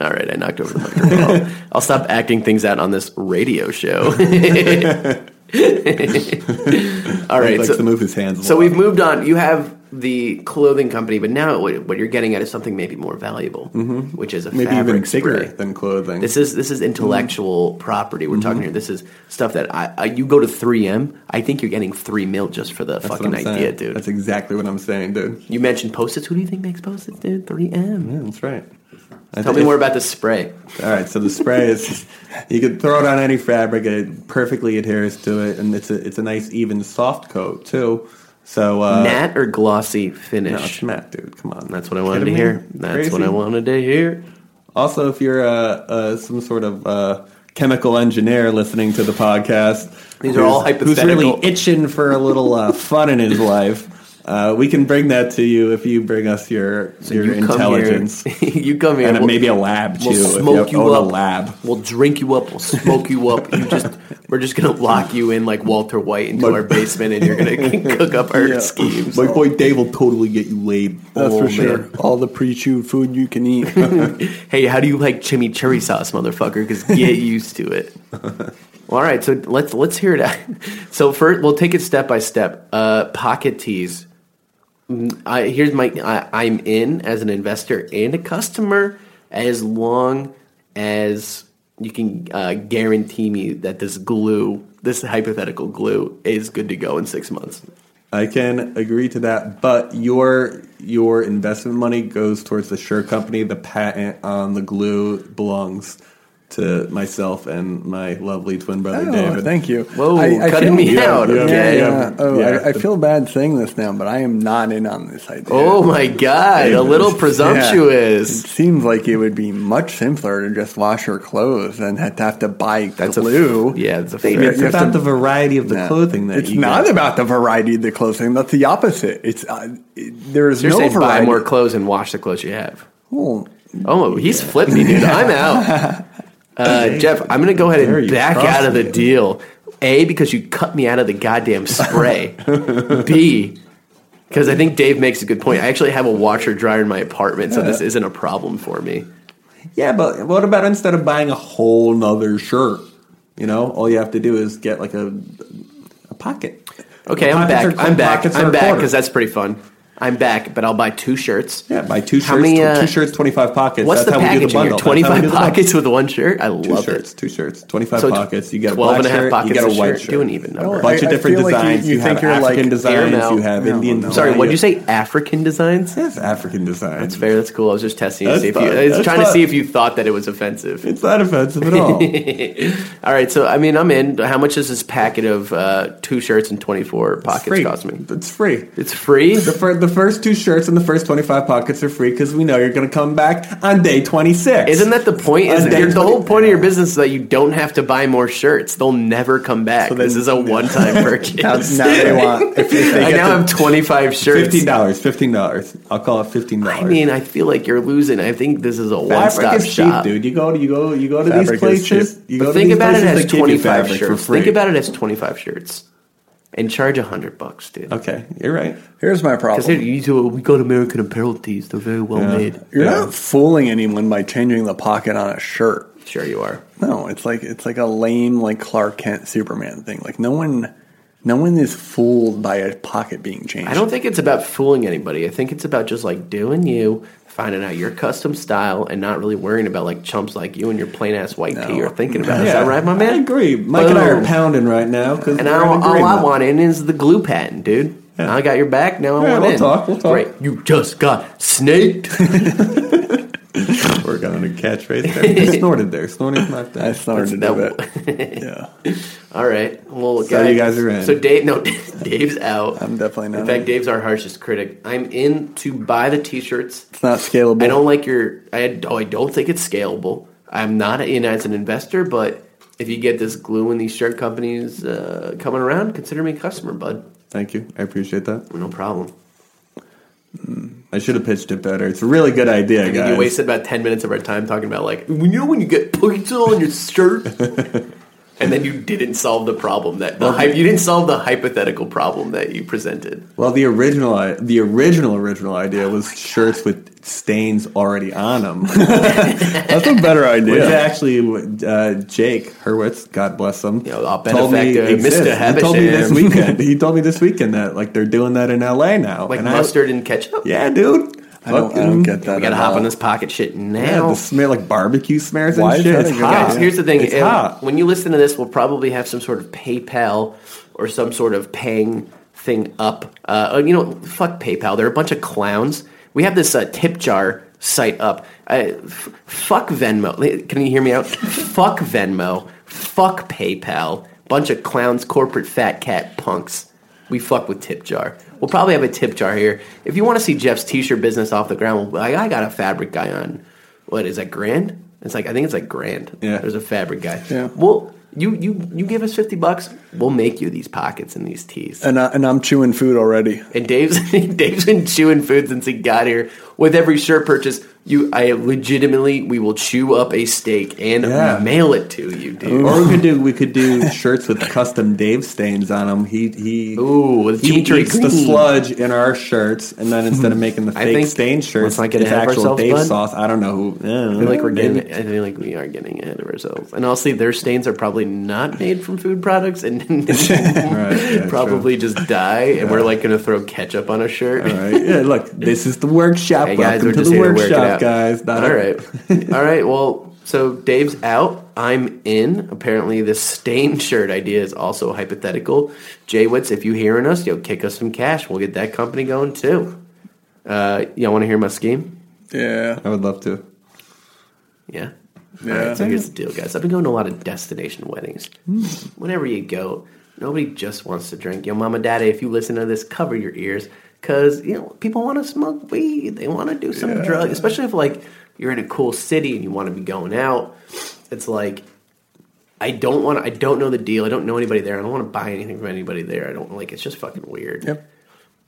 Speaker 5: All right, I knocked over the
Speaker 4: [LAUGHS]
Speaker 5: microphone. I'll- I'll stop acting things out on this radio
Speaker 4: [LAUGHS]
Speaker 5: show. [LAUGHS] All right,
Speaker 4: Right, likes
Speaker 5: so-
Speaker 4: to move his hands. a
Speaker 5: So
Speaker 4: lot.
Speaker 5: we've moved on. You have the clothing company, but now what what you're getting at is something maybe more valuable, which is a
Speaker 4: Mm-hmm. maybe
Speaker 5: fabric
Speaker 4: even bigger Mm-hmm.
Speaker 5: spray.
Speaker 4: than clothing.
Speaker 5: This is this is intellectual property we're talking here. This is stuff that I, I you go to 3M. I think you're getting three mil just for the
Speaker 4: That's
Speaker 5: fucking
Speaker 4: what I'm
Speaker 5: idea,
Speaker 4: saying.
Speaker 5: dude.
Speaker 4: That's exactly what I'm saying, dude.
Speaker 5: you mentioned post-its. Who do you think makes post-its, dude? 3M.
Speaker 4: Yeah, that's right. I
Speaker 5: Tell
Speaker 4: think
Speaker 5: me
Speaker 4: if-
Speaker 5: more about the spray.
Speaker 4: All right, so the spray is [LAUGHS] you can throw it on any fabric; it perfectly adheres to it, and it's a it's a nice, even, soft coat too. So uh,
Speaker 5: Nat or glossy
Speaker 4: no, it's
Speaker 5: finish?
Speaker 4: matte, dude. Come on,
Speaker 5: That's what I wanted to
Speaker 4: Kidding me?
Speaker 5: hear. That's what
Speaker 4: Crazy.
Speaker 5: I wanted to hear.
Speaker 4: Also, if you're uh, uh, some sort of uh, chemical engineer listening to the podcast,
Speaker 5: These are all
Speaker 4: who's- Who's
Speaker 5: hypothetical.
Speaker 4: really itching for a
Speaker 5: [LAUGHS]
Speaker 4: little uh, fun in his life? Uh, we can bring that to you if you bring us your your
Speaker 5: You come here-
Speaker 4: intelligence.
Speaker 5: [LAUGHS] you come here.
Speaker 4: and
Speaker 5: we'll-
Speaker 4: maybe a lab too.
Speaker 5: We'll
Speaker 4: if
Speaker 5: smoke you
Speaker 4: own
Speaker 5: up.
Speaker 4: A lab.
Speaker 5: We'll drink you up. We'll smoke you up. You just, we're just gonna lock you in like Walter White into our basement, and you're gonna [LAUGHS] cook up our
Speaker 6: Yeah.
Speaker 5: schemes.
Speaker 4: My boy Dave will totally get you laid.
Speaker 6: That's
Speaker 5: Oh,
Speaker 6: for sure.
Speaker 5: man.
Speaker 6: All the pre-chewed food you can
Speaker 4: [LAUGHS]
Speaker 6: eat.
Speaker 5: Hey, how do you like chimichurri sauce, motherfucker? Because [LAUGHS] get used to it. All right, so let's let's hear it. [LAUGHS] out. So first, we'll take it step by step. Uh, pocket tees. Mm, I, here's my. I, I'm in as an investor and a customer as long as you can uh, guarantee me that this glue, this hypothetical glue, is good to go in six months.
Speaker 4: I can agree to that, but your your investment money goes towards the Sure company. The patent on the glue belongs to myself and my lovely twin brother
Speaker 6: Oh,
Speaker 4: David.
Speaker 6: thank you.
Speaker 5: Whoa, cutting me out, okay.
Speaker 6: yeah. Oh,
Speaker 4: Yeah.
Speaker 6: I, I feel bad saying this now, but I am not in on this idea.
Speaker 5: Oh my god, a [LAUGHS] little
Speaker 6: It
Speaker 5: presumptuous.
Speaker 6: seems like it would be much simpler to just wash your clothes than have to, have to buy
Speaker 5: That's a
Speaker 6: glue.
Speaker 5: Yeah, it's a
Speaker 4: David,
Speaker 5: fair.
Speaker 4: it's
Speaker 6: you have
Speaker 4: about
Speaker 6: to-
Speaker 4: the variety of the
Speaker 6: No.
Speaker 4: clothing that
Speaker 6: it's
Speaker 4: you
Speaker 6: not
Speaker 4: get.
Speaker 6: about the variety of the clothing. That's the opposite. It's uh, it- there is
Speaker 5: You're
Speaker 6: no
Speaker 5: saying
Speaker 6: variety.
Speaker 5: buy more clothes and wash the clothes you have.
Speaker 6: Well,
Speaker 4: Mm.
Speaker 5: Oh, he's flipped me,
Speaker 4: [LAUGHS]
Speaker 5: dude. I'm out. Uh, Jeff, I'm going to go ahead
Speaker 4: Dare
Speaker 5: and
Speaker 4: you
Speaker 5: back
Speaker 4: trust
Speaker 5: out of the
Speaker 4: me.
Speaker 5: deal. A, because you cut me out of the goddamn
Speaker 4: [LAUGHS]
Speaker 5: spray. B, because I think Dave makes a good point. I actually have a washer dryer in my apartment, so this isn't a problem for me.
Speaker 4: Yeah, but what about instead of buying a whole nother shirt? You know, all you have to do is get like a a pocket.
Speaker 5: Okay, I'm
Speaker 4: Pockets
Speaker 5: back.
Speaker 4: are-
Speaker 5: I'm back.
Speaker 4: pockets are
Speaker 5: I'm
Speaker 4: a
Speaker 5: back
Speaker 4: quarter.
Speaker 5: because that's pretty fun. I'm back, but I'll buy two shirts.
Speaker 4: Yeah, buy two
Speaker 5: How
Speaker 4: shirts.
Speaker 5: many,
Speaker 4: tw-
Speaker 5: uh,
Speaker 4: two shirts, twenty-five pockets.
Speaker 5: What's
Speaker 4: That's
Speaker 5: the
Speaker 4: how we do
Speaker 5: package
Speaker 4: the bundle.
Speaker 5: here?
Speaker 4: That's how we do the
Speaker 5: 25
Speaker 4: bundle.
Speaker 5: pockets with one shirt? I
Speaker 4: Two
Speaker 5: love
Speaker 4: shirts,
Speaker 5: it.
Speaker 4: two shirts, twenty-five
Speaker 5: So tw-
Speaker 4: pockets. You got
Speaker 5: 12
Speaker 4: 12
Speaker 5: and a half
Speaker 4: pockets. You got
Speaker 5: pockets
Speaker 4: a
Speaker 5: a
Speaker 4: white
Speaker 5: shirt.
Speaker 4: shirt.
Speaker 5: Doing even
Speaker 4: a
Speaker 5: number.
Speaker 4: bunch
Speaker 6: I- I
Speaker 4: of different
Speaker 6: feel like you-
Speaker 4: designs.
Speaker 6: you
Speaker 4: You,
Speaker 6: think
Speaker 4: have
Speaker 6: you're, like,
Speaker 4: African designs.
Speaker 5: Air Mail.
Speaker 4: You have
Speaker 6: No,
Speaker 4: Indian.
Speaker 6: no.
Speaker 4: designs.
Speaker 5: Sorry, what'd you say? African designs?
Speaker 4: It's African designs.
Speaker 5: That's fair. That's cool. I was just testing to
Speaker 4: That's
Speaker 5: see if you.
Speaker 4: fine.
Speaker 5: I was
Speaker 4: That's
Speaker 5: trying to
Speaker 4: fine.
Speaker 5: see if you thought that it was offensive. [LAUGHS]
Speaker 4: It's not offensive at all.
Speaker 5: All right, so I mean, I'm in. How much does this packet of uh, two shirts and 24
Speaker 4: It's
Speaker 5: pockets
Speaker 4: free.
Speaker 5: cost me?
Speaker 4: It's free.
Speaker 5: It's free.
Speaker 4: The, fir- the first two shirts and the first 25 pockets are free because we know you're going to come back on day 26.
Speaker 5: Isn't that the point? Is
Speaker 4: Uh,
Speaker 5: that
Speaker 4: that's
Speaker 5: the
Speaker 4: what
Speaker 5: whole
Speaker 4: it-
Speaker 5: point of your business is that you don't have to buy more shirts? They'll never come back.
Speaker 4: So then-
Speaker 5: this
Speaker 4: [LAUGHS]
Speaker 5: is a one-time [LAUGHS] purchase.
Speaker 6: now, now they want. If, if
Speaker 5: [LAUGHS]
Speaker 6: they
Speaker 5: I
Speaker 6: get
Speaker 5: now
Speaker 6: the-
Speaker 5: have 25 shirts.
Speaker 4: $15. $15. I'll call it $15.
Speaker 5: I mean, I feel like you're losing. I think this is a one-stop
Speaker 4: Fabric is cheap,
Speaker 5: shop.
Speaker 4: dude. You go to you go you go to
Speaker 6: Fabric
Speaker 4: these
Speaker 6: is
Speaker 4: places.
Speaker 6: cheap.
Speaker 4: You go
Speaker 5: But
Speaker 4: to
Speaker 5: think
Speaker 4: these
Speaker 5: about it
Speaker 4: places,
Speaker 5: as
Speaker 4: they give you
Speaker 5: 25
Speaker 4: fabric for
Speaker 5: shirts.
Speaker 4: free.
Speaker 5: Think about it as 25 shirts and charge 100 bucks, dude.
Speaker 4: Okay, you're right.
Speaker 6: here's my problem.
Speaker 5: Because you do, we got American Apparel tees. They're very well made.
Speaker 6: You're
Speaker 4: Yeah.
Speaker 6: not fooling anyone by changing the pocket on a shirt.
Speaker 5: Sure, you are.
Speaker 6: No, it's like it's like a lame like Clark Kent Superman thing. Like no one No one is fooled by a pocket being changed.
Speaker 5: I don't think it's about fooling anybody. I think it's about just like doing you, finding out your custom style, and not really worrying about like chumps like you and your plain ass white tee are thinking about. Is that right, my man?
Speaker 4: I agree. Mike and I are
Speaker 5: Boom.
Speaker 4: pounding right now because
Speaker 5: And I, all I want in is the glue patent, dude. I got your back. Now I
Speaker 4: Yeah,
Speaker 5: want
Speaker 4: we'll
Speaker 5: in.
Speaker 4: talk, we'll talk.
Speaker 5: Great. You just got snaked.
Speaker 4: [LAUGHS] We're going to catchphrase
Speaker 5: [LAUGHS]
Speaker 4: there. I snorted there. Snorting's not
Speaker 6: I
Speaker 4: that.
Speaker 6: started to
Speaker 5: That-
Speaker 6: do
Speaker 5: [LAUGHS]
Speaker 6: it. yeah,
Speaker 5: All right. Well,
Speaker 4: So you guys are in.
Speaker 5: So Dave, no, [LAUGHS] Dave's out.
Speaker 6: I'm definitely not
Speaker 5: In fact,
Speaker 6: in.
Speaker 5: Dave's our harshest critic. I'm in to buy the t-shirts.
Speaker 6: it's not scalable.
Speaker 5: I don't like your. I, oh, I don't think it's scalable. I'm not in as an investor, but if you get this glue and these shirt companies uh, coming around, consider me a customer, bud.
Speaker 4: Thank you. I appreciate that.
Speaker 5: No problem.
Speaker 4: I should have pitched it better. It's a really good idea,
Speaker 5: I mean,
Speaker 4: guys.
Speaker 5: you wasted about ten minutes of our time talking about like when you know when you get pizza on your
Speaker 4: [LAUGHS]
Speaker 5: shirt, and then you didn't solve the problem that the hy- you didn't solve the hypothetical problem that you presented.
Speaker 4: Well, the original, i- the original, original
Speaker 6: Oh
Speaker 4: idea was shirts with stains already on them.
Speaker 6: [LAUGHS] That's a better
Speaker 4: Which
Speaker 6: idea.
Speaker 4: actually, uh, Jake Hurwitz, God bless him,
Speaker 5: You know, our benefactor,
Speaker 4: exists.
Speaker 5: Mr.
Speaker 4: He told me this
Speaker 5: Havisham.
Speaker 4: weekend. He told me this weekend that like they're doing that in L.A. now.
Speaker 5: Like
Speaker 4: And I-
Speaker 5: mustard and ketchup.
Speaker 4: yeah, dude.
Speaker 6: I, don't, I don't get that.
Speaker 5: we gotta
Speaker 6: at
Speaker 5: hop
Speaker 6: all.
Speaker 5: on this pocket shit now.
Speaker 4: Yeah, the smell like barbecue smears and
Speaker 6: Why is
Speaker 4: shit.
Speaker 6: that
Speaker 4: It's
Speaker 6: a good
Speaker 4: hot.
Speaker 5: Guys, here's the thing.
Speaker 4: It's
Speaker 5: If-
Speaker 4: hot.
Speaker 5: When you listen to this, we'll probably have some sort of PayPal or some sort of paying thing up. Uh, oh, you know, fuck PayPal. They're a bunch of clowns. We have this uh, tip jar site up. I- f- fuck Venmo. Can you hear me out? fuck Venmo. Fuck PayPal. Bunch of clowns, corporate fat cat punks. We fuck with tip jar. We'll probably have a tip jar here. If you want to see Jeff's t-shirt business off the ground, well, I, I got a fabric guy on. What is that? Grand? It's like I think it's like grand.
Speaker 4: Yeah.
Speaker 5: There's a fabric guy.
Speaker 6: Yeah.
Speaker 5: Well, you you you give us fifty bucks, we'll make you these pockets and these tees.
Speaker 4: Uh,
Speaker 6: And, I, and I'm chewing food already.
Speaker 5: And Dave's [LAUGHS] Dave's been chewing food since he got here. With every shirt purchase, you I legitimately we will chew up a steak and
Speaker 4: Yeah.
Speaker 5: mail it to you, dude.
Speaker 4: Or we could do we could do shirts with custom Dave stains on them. He he.
Speaker 5: Ooh, with
Speaker 4: He
Speaker 5: chimichurri
Speaker 4: eats the
Speaker 5: green.
Speaker 4: sludge in our shirts, and then instead of making the
Speaker 5: Mhm. I
Speaker 4: fake
Speaker 5: think-
Speaker 4: stain shirts,
Speaker 5: let's not get
Speaker 4: it's
Speaker 5: ahead of
Speaker 4: actual
Speaker 5: ourselves,
Speaker 4: Dave
Speaker 5: bud.
Speaker 4: sauce. I don't know who. I don't
Speaker 5: I feel
Speaker 4: know,
Speaker 5: like we're
Speaker 4: maybe.
Speaker 5: getting. I feel like we are getting ahead of ourselves. And honestly, their stains are probably not made from food products, and
Speaker 4: [LAUGHS]
Speaker 5: [LAUGHS]
Speaker 4: Right, yeah, true.
Speaker 5: probably just die. And we're like going to throw ketchup on a shirt.
Speaker 4: All right. Yeah, look, this is the workshop.
Speaker 5: Hey guys,
Speaker 4: Welcome
Speaker 5: we're
Speaker 4: to
Speaker 5: just
Speaker 4: the
Speaker 5: here to work it
Speaker 4: workshop,
Speaker 5: out.
Speaker 4: guys. Not
Speaker 5: All
Speaker 4: a- [LAUGHS]
Speaker 5: right, all right. Well, so Dave's out. I'm in. Apparently, this stained shirt idea is also hypothetical. Jay Witz, if you hearing us, yo, kick us some cash. We'll get that company going too. Uh, y'all want to hear my scheme?
Speaker 6: Yeah.
Speaker 4: I would love to.
Speaker 5: Yeah.
Speaker 6: Yeah.
Speaker 5: All right, so here's the deal, guys. I've been going to a lot of destination weddings. Whenever you go, nobody just wants to drink. Yo, mama, daddy, if you listen to this, cover your ears because you know people want to smoke weed. They want to do some drugs, drug, especially if like you're in a cool city and you want to be going out. It's like I don't want. to I don't know the deal. I don't know anybody there. I don't want to buy anything from anybody there. I don't like. It's just fucking weird
Speaker 6: Yep.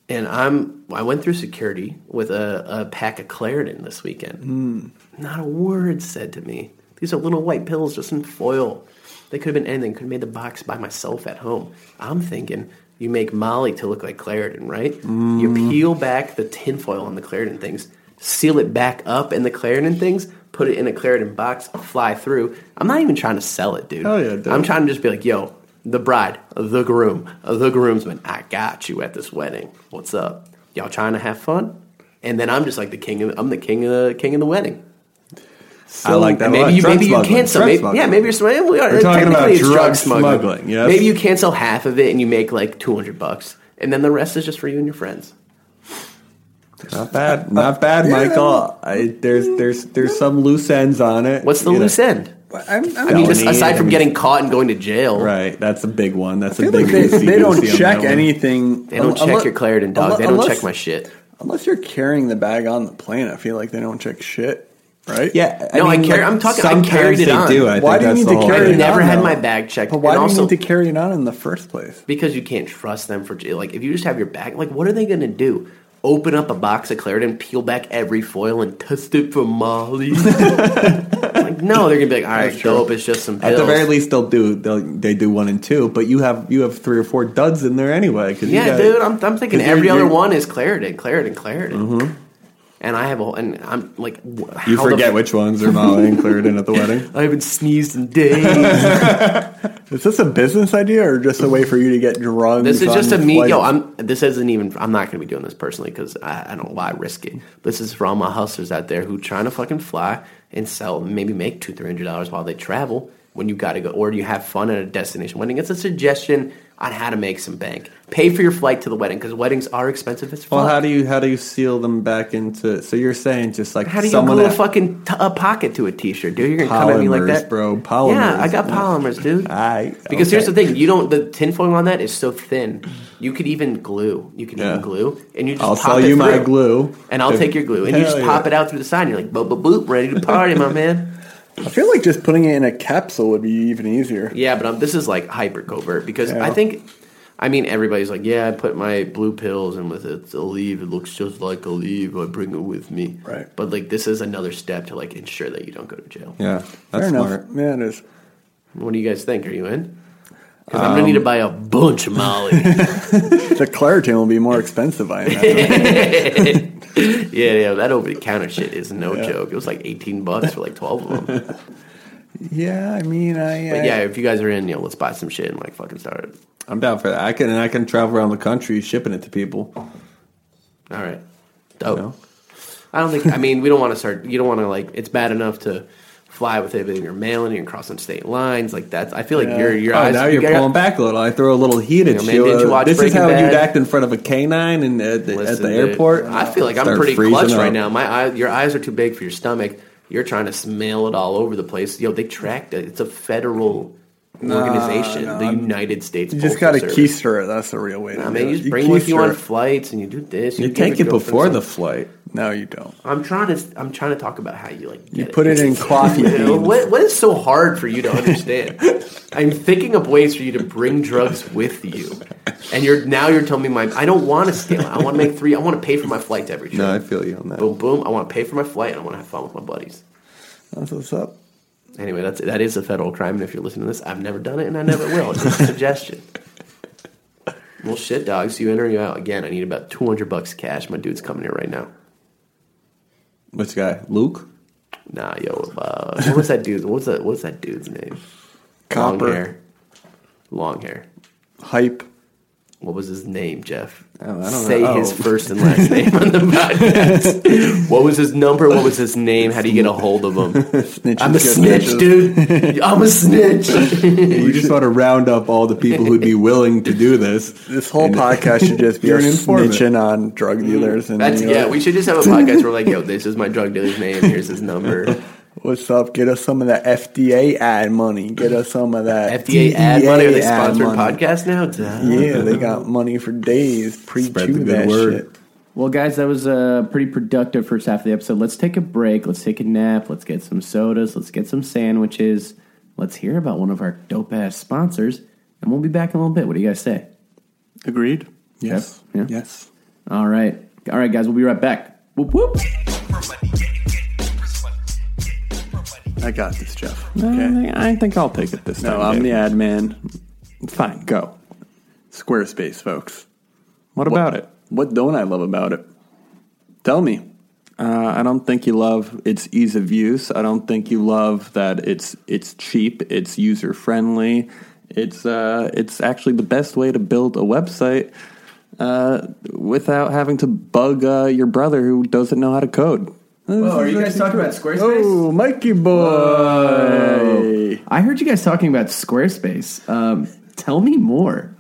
Speaker 5: and I'm I went through security with a, a pack of Claritin this weekend. Not a word said to me. These are little white pills just in foil. They could have been anything. Could have made the box by myself at home. I'm thinking you make Molly to look like Claritin, right? You
Speaker 4: Mm.
Speaker 5: peel back the tinfoil on the Claritin things, seal it back up in the Claritin things, put it in a Claritin box, fly through. I'm not even trying to sell it, dude.
Speaker 4: Oh, yeah, dude.
Speaker 5: I'm trying to just be like, yo, the bride, the groom, the groomsman, I got you at this wedding. What's up? Y'all trying to have fun? And then I'm just like the king of I'm the king of the king of the wedding.
Speaker 4: I like that.
Speaker 5: And
Speaker 4: a
Speaker 5: maybe
Speaker 4: lot.
Speaker 5: you
Speaker 4: Drug
Speaker 5: maybe you
Speaker 4: smuggling.
Speaker 5: cancel.
Speaker 4: Drug
Speaker 5: Maybe,
Speaker 4: smuggling.
Speaker 5: yeah, maybe you're smuggling. We are,
Speaker 4: We're talking
Speaker 5: technically
Speaker 4: about
Speaker 5: it's drug,
Speaker 4: drug
Speaker 5: smuggling.
Speaker 4: smuggling, yes.
Speaker 5: Maybe you cancel half of it and you make like 200 bucks, and then the rest is just for you and your friends.
Speaker 4: Not bad. Not bad, Michael. I, there's there's there's some loose ends on it.
Speaker 5: What's the
Speaker 4: You know,
Speaker 5: loose end?
Speaker 6: I'm, I'm
Speaker 5: I mean, just
Speaker 4: Felony,
Speaker 5: aside from
Speaker 4: I mean-
Speaker 5: getting caught and going to jail,
Speaker 4: Right. That's a big one. That's a
Speaker 6: feel
Speaker 4: big.
Speaker 6: like they,
Speaker 4: loosey-goosey
Speaker 6: they don't
Speaker 4: on that
Speaker 6: check
Speaker 4: one.
Speaker 6: anything.
Speaker 5: they don't
Speaker 6: unle-
Speaker 5: check your Claritin, dog.
Speaker 6: unle-
Speaker 5: they don't
Speaker 6: unless-
Speaker 5: check my shit.
Speaker 6: Unless you're carrying the bag on the plane, I feel like they don't check shit, right?
Speaker 4: Yeah.
Speaker 5: No, I carry- I'm talking- I
Speaker 4: sometimes
Speaker 5: carried it
Speaker 4: they
Speaker 5: on.
Speaker 4: Do. I
Speaker 6: Why
Speaker 4: think
Speaker 6: do you
Speaker 4: that's
Speaker 6: need
Speaker 4: the
Speaker 6: to
Speaker 4: whole
Speaker 6: carry
Speaker 5: I
Speaker 6: it
Speaker 4: idea.
Speaker 6: on?
Speaker 5: never had
Speaker 6: though.
Speaker 5: my bag checked.
Speaker 6: But why
Speaker 5: and
Speaker 6: do
Speaker 5: also,
Speaker 6: you need to carry it on in the first place?
Speaker 5: because you can't trust them for like if you just have your back like what are they gonna do open up a box of claritin peel back every foil and test it for molly [LAUGHS] like no they're gonna be like all right dope it's just some
Speaker 4: At
Speaker 5: pills
Speaker 4: the very least, they'll do they'll, they do one and two, but you have you have three or four duds in there anyway. 'cause you
Speaker 5: yeah
Speaker 4: got-
Speaker 5: dude I'm, I'm thinking
Speaker 4: 'cause you're-
Speaker 5: every other
Speaker 4: you're-
Speaker 5: Mm-hmm. one is claritin claritin claritin And I have a whole, and I'm like, wh- how
Speaker 4: You
Speaker 5: the
Speaker 4: forget
Speaker 5: f-
Speaker 4: which ones are Molly included in
Speaker 5: [LAUGHS]
Speaker 4: at the wedding.
Speaker 5: I haven't sneezed [LAUGHS] in days.
Speaker 6: Is this a business idea or just a way for you to get drugs?
Speaker 5: this is
Speaker 6: on
Speaker 5: just a me.
Speaker 6: flights?
Speaker 5: Yo, I'm. This isn't even. I'm not going to be doing this personally because I, I don't know why I risk it. This is for all my hustlers out there who trying to fucking fly and sell, maybe make two, three hundred dollars while they travel. When you got to go, or you have fun at a destination wedding, it's a suggestion on how to make some bank. Pay for your flight to the wedding because weddings are expensive as fuck.
Speaker 4: Well, how do you how do you seal them back into? So you're saying just like
Speaker 5: How do you
Speaker 4: someone
Speaker 5: glue a
Speaker 4: at-
Speaker 5: fucking t- a pocket to a t-shirt, dude? You're gonna come at me like
Speaker 4: Polymers,
Speaker 5: that,
Speaker 4: bro, polymers.
Speaker 5: Yeah, I got polymers, dude.
Speaker 4: I-
Speaker 5: because
Speaker 4: okay.
Speaker 5: here's the thing: you don't the tinfoil on that is so thin. You could even glue. You could
Speaker 4: Yeah.
Speaker 5: even glue, and you just
Speaker 4: I'll
Speaker 5: pop
Speaker 4: sell
Speaker 5: it
Speaker 4: you my
Speaker 5: through.
Speaker 4: glue,
Speaker 5: and I'll
Speaker 4: If-
Speaker 5: take your glue, and you
Speaker 4: Hell
Speaker 5: just
Speaker 4: yeah.
Speaker 5: pop it out through the side. and You're like, boop, boop, boop, ready to party, my man. [LAUGHS]
Speaker 6: I feel like just putting it in a capsule would be even easier.
Speaker 5: Yeah, but um, this is like hyper covert because
Speaker 6: Yeah.
Speaker 5: I think, I mean, everybody's like, yeah, I put my blue pills in with it. It's a leaf. It looks just like a leaf. I bring it with me.
Speaker 6: Right.
Speaker 5: But like, this is another step to like ensure that you don't go to jail.
Speaker 4: Yeah,
Speaker 6: Fair
Speaker 4: that's smart.
Speaker 6: enough. Yeah, it is.
Speaker 5: What do you guys think? Are you in? Because I'm gonna
Speaker 4: Um,
Speaker 5: need to buy a bunch of
Speaker 4: [LAUGHS]
Speaker 5: Molly.
Speaker 6: The Claritin will be more
Speaker 5: [LAUGHS]
Speaker 6: expensive, I imagine.
Speaker 5: yeah, yeah, that over the counter shit is no joke. It was like 18 bucks for like 12 of
Speaker 4: [LAUGHS]
Speaker 5: them.
Speaker 6: yeah, I mean, I.
Speaker 5: But
Speaker 6: I-
Speaker 5: yeah, if you guys are in, you know, let's buy some shit and like fucking start it.
Speaker 4: I'm down for that. I can and I can travel around the country shipping it to people.
Speaker 5: All right, dope.
Speaker 4: No.
Speaker 5: I don't think. I mean, we don't want to start. You don't want to like. It's bad enough to fly with it, but then you're mailing, you're crossing state lines. Like that's. I feel like your your
Speaker 4: Oh,
Speaker 5: eyes.
Speaker 4: now you're
Speaker 5: you got-
Speaker 4: pulling back a little. I throw a little heat at
Speaker 5: know, man,
Speaker 4: you.
Speaker 5: didn't you
Speaker 4: Uh,
Speaker 5: watch
Speaker 4: this is
Speaker 5: Breaking
Speaker 4: how
Speaker 5: Bad?
Speaker 4: you'd act in front of a canine and at the, at
Speaker 5: Listen,
Speaker 4: the
Speaker 5: dude,
Speaker 4: airport.
Speaker 5: I feel like I'm
Speaker 4: Start
Speaker 5: pretty
Speaker 4: freezing
Speaker 5: clutch right
Speaker 4: up.
Speaker 5: now. My eye, your eyes are too big for your stomach. You're trying to smell it all over the place. Yo, they tracked it. It's a federal organization, the United States.
Speaker 6: You just
Speaker 5: Postal
Speaker 6: got to
Speaker 5: Service.
Speaker 6: keister it. That's the real way to
Speaker 5: I
Speaker 6: do
Speaker 5: mean,
Speaker 6: it.
Speaker 5: you just bring with you
Speaker 6: keister
Speaker 5: on
Speaker 6: it.
Speaker 5: flights, and you do this.
Speaker 4: You
Speaker 5: give
Speaker 4: take
Speaker 5: your
Speaker 4: it
Speaker 5: girlfriend
Speaker 4: before
Speaker 5: some-
Speaker 4: the flight.
Speaker 6: No, you don't.
Speaker 5: I'm trying to. I'm trying to talk about how you like.
Speaker 6: You
Speaker 5: get [LAUGHS]
Speaker 6: put it in coffee
Speaker 5: You know,
Speaker 6: beans.
Speaker 5: what, what is so hard for you to understand? [LAUGHS] I'm thinking of ways for you to bring drugs with you, and you're now you're telling me my. I don't want to steal. I want to make three. I want to pay for my flights every trip.
Speaker 4: No, I feel you on that.
Speaker 5: boom, boom. I want to pay for my flight, and I want to have fun with my buddies.
Speaker 6: That's what's up.
Speaker 5: Anyway, that's that is a federal crime, and if you're listening to this, I've never done it, and I never will. It's just a
Speaker 4: [LAUGHS]
Speaker 5: suggestion. Well, shit, dogs. You in or you out? Again, I need about two hundred bucks cash. My dude's coming here right now.
Speaker 4: Which guy? Luke?
Speaker 5: Nah, yo, uh, what was that dude's? What was that? What was that dude's name? Long
Speaker 6: Copper.
Speaker 5: hair. Long hair.
Speaker 6: Hype.
Speaker 5: What was his name, Jeff?
Speaker 4: don't know.
Speaker 5: Say his
Speaker 4: Oh.
Speaker 5: first and
Speaker 4: [LAUGHS]
Speaker 5: last name on the podcast. what was his number? What was his name? How do you get a hold of him?
Speaker 6: Snitches
Speaker 5: I'm a
Speaker 6: get
Speaker 5: snitch,
Speaker 6: bitches.
Speaker 5: [LAUGHS] dude. I'm a snitch.
Speaker 4: You just want to round up all the people who'd be willing to do this.
Speaker 6: [LAUGHS] This whole podcast should just be
Speaker 4: [LAUGHS] You're an
Speaker 6: us
Speaker 4: informant. Mm.
Speaker 6: snitching on drug dealers.
Speaker 5: [LAUGHS]
Speaker 6: And
Speaker 5: That's
Speaker 6: you know,
Speaker 5: yeah. We should just have a podcast where we're like, yo, this is my drug dealer's name. Here's his [LAUGHS] number.
Speaker 6: What's up? Get us some of that FDA ad money. Get us some of that E
Speaker 5: FDA E ad money. Are they
Speaker 6: ad
Speaker 5: sponsored
Speaker 6: money.
Speaker 5: podcast now? Duh.
Speaker 6: Yeah, they got money for days. Pre
Speaker 4: Spread the
Speaker 6: chew
Speaker 4: good
Speaker 6: that
Speaker 4: word.
Speaker 6: shit.
Speaker 7: Well, guys, that was a pretty productive first half of the episode. Let's take a break. Let's take a nap. Let's get some sodas. Let's get some sandwiches. Let's hear about one of our dope ass sponsors, and we'll be back in a little bit. What do you guys say?
Speaker 6: Agreed. Yes.
Speaker 7: Yeah.
Speaker 6: Yes.
Speaker 7: All right. All right, guys, we'll be right back. Whoop, whoop.
Speaker 6: I got this, Jeff.
Speaker 4: Uh, I think I'll take it this
Speaker 6: No, I'm the ad man. Fine, go. Squarespace, folks.
Speaker 4: What about it?
Speaker 6: What don't I love about it? Tell me.
Speaker 4: Uh, I don't think you love its ease of use. I don't think you love that it's it's cheap. It's user friendly. It's uh, it's actually the best way to build a website uh, without having to bug uh, your brother who doesn't know how to code.
Speaker 7: Whoa, are you guys talking about Squarespace?
Speaker 6: Oh, Mikey boy.
Speaker 7: I heard you guys talking about Squarespace. Um, tell me more.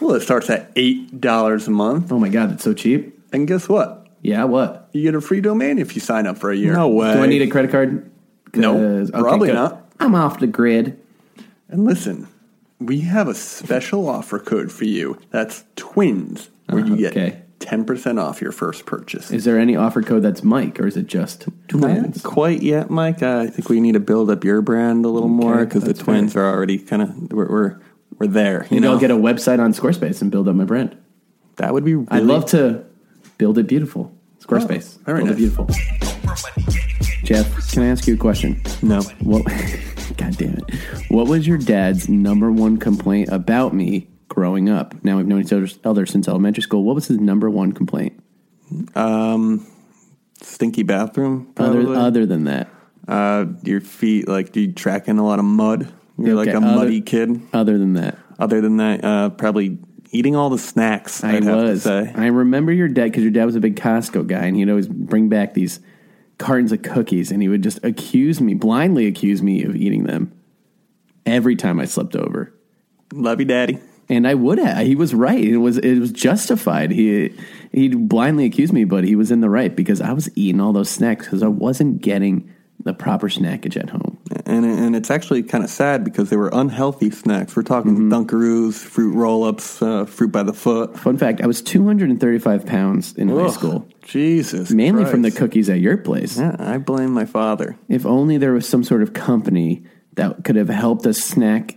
Speaker 6: Well, it starts at eight dollars a month,
Speaker 7: Oh my god, that's so cheap.
Speaker 6: and guess what?
Speaker 7: Yeah, what?
Speaker 6: You get a free domain if you sign up for a year.
Speaker 4: No way.
Speaker 7: Do I need a credit card?
Speaker 6: No,
Speaker 7: 'Cause- okay,
Speaker 6: probably
Speaker 7: good.
Speaker 6: not.
Speaker 7: I'm off the grid.
Speaker 6: And listen, we have a special offer code for you. That's twins, where you get
Speaker 7: Okay.
Speaker 6: ten percent off your first purchase.
Speaker 7: Is there any offer code that's Mike, or is it just twins?
Speaker 4: Not quite yet, Mike. Uh, I think we need to build up your brand a little more because the twins are already kind of we're, we're we're there. You
Speaker 7: Maybe
Speaker 4: know,
Speaker 7: I'll get a website on Squarespace and build up my brand.
Speaker 4: that would be. Really
Speaker 7: I'd love to build it beautiful. Squarespace.
Speaker 6: very nice.
Speaker 7: build it beautiful. Jeff, can I ask you a question?
Speaker 4: No.
Speaker 7: What? [LAUGHS] God damn it! What was your dad's number one complaint about me growing up? Now we've known each other, other since elementary school. What was his number one complaint?
Speaker 4: Stinky bathroom.
Speaker 7: Other,
Speaker 4: Probably.
Speaker 7: other than that,
Speaker 4: uh, your feet, like, do you track in a lot of mud? You're like
Speaker 7: Okay,
Speaker 4: a
Speaker 7: other-
Speaker 4: muddy kid.
Speaker 7: other than that,
Speaker 4: Other than that, uh, probably eating all the snacks.
Speaker 7: I
Speaker 4: I'd have to
Speaker 7: was.
Speaker 4: say.
Speaker 7: I remember your dad because your dad was a big Costco guy, and he'd always bring back these cartons of cookies, and he would just accuse me, blindly accuse me of eating them every time I slept over.
Speaker 4: Love you, daddy.
Speaker 7: And I would have. He was right. It was it was justified. He he blindly accused me, but he was in the right because I was eating all those snacks because I wasn't getting the proper snackage at home.
Speaker 4: And and it's actually kind of sad because they were unhealthy snacks. We're talking
Speaker 7: Mm-hmm.
Speaker 4: Dunkaroos, fruit roll-ups, uh, fruit by the foot.
Speaker 7: Fun fact: I was 235 pounds in high
Speaker 4: Ugh,
Speaker 7: school,
Speaker 4: Jesus,
Speaker 7: mainly from the
Speaker 4: Christ.
Speaker 7: cookies at your place.
Speaker 4: Yeah, I blame my father.
Speaker 7: If only there was some sort of company that could have helped us snack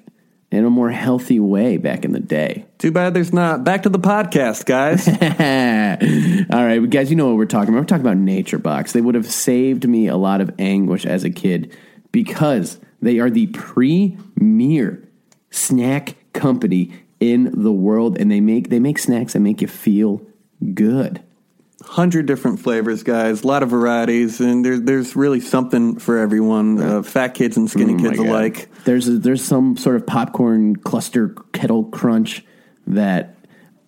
Speaker 7: in a more healthy way back in the day.
Speaker 4: Too bad there's not. Back to the podcast,
Speaker 7: [LAUGHS]
Speaker 4: guys.
Speaker 7: All right, well, guys, you know what we're talking about. We're talking about Nature Box. They would have saved me a lot of anguish as a kid because they are the premier snack company in the world, and they make they make snacks that make you feel good.
Speaker 4: Hundred different flavors, guys. A lot of varieties, and there's there's really something for everyone. Uh, fat kids and skinny kids
Speaker 7: Mm, God.
Speaker 4: alike.
Speaker 7: There's a, there's some sort of popcorn cluster kettle crunch that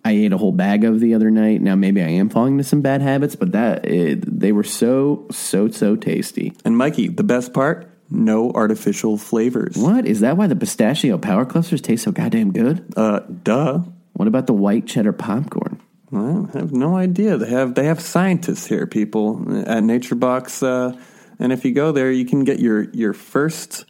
Speaker 7: I ate a whole bag of the other night. Now maybe I am falling into some bad habits, but that it, they were so so so tasty.
Speaker 4: And Mikey, the best part: no artificial flavors.
Speaker 7: What is that? Why the pistachio power clusters taste so goddamn good?
Speaker 4: Uh, duh.
Speaker 7: What about the white cheddar popcorn?
Speaker 4: Well, I have no idea. They have they have scientists here, people uh, at Nature Box, uh, and if you go there, you can get your your first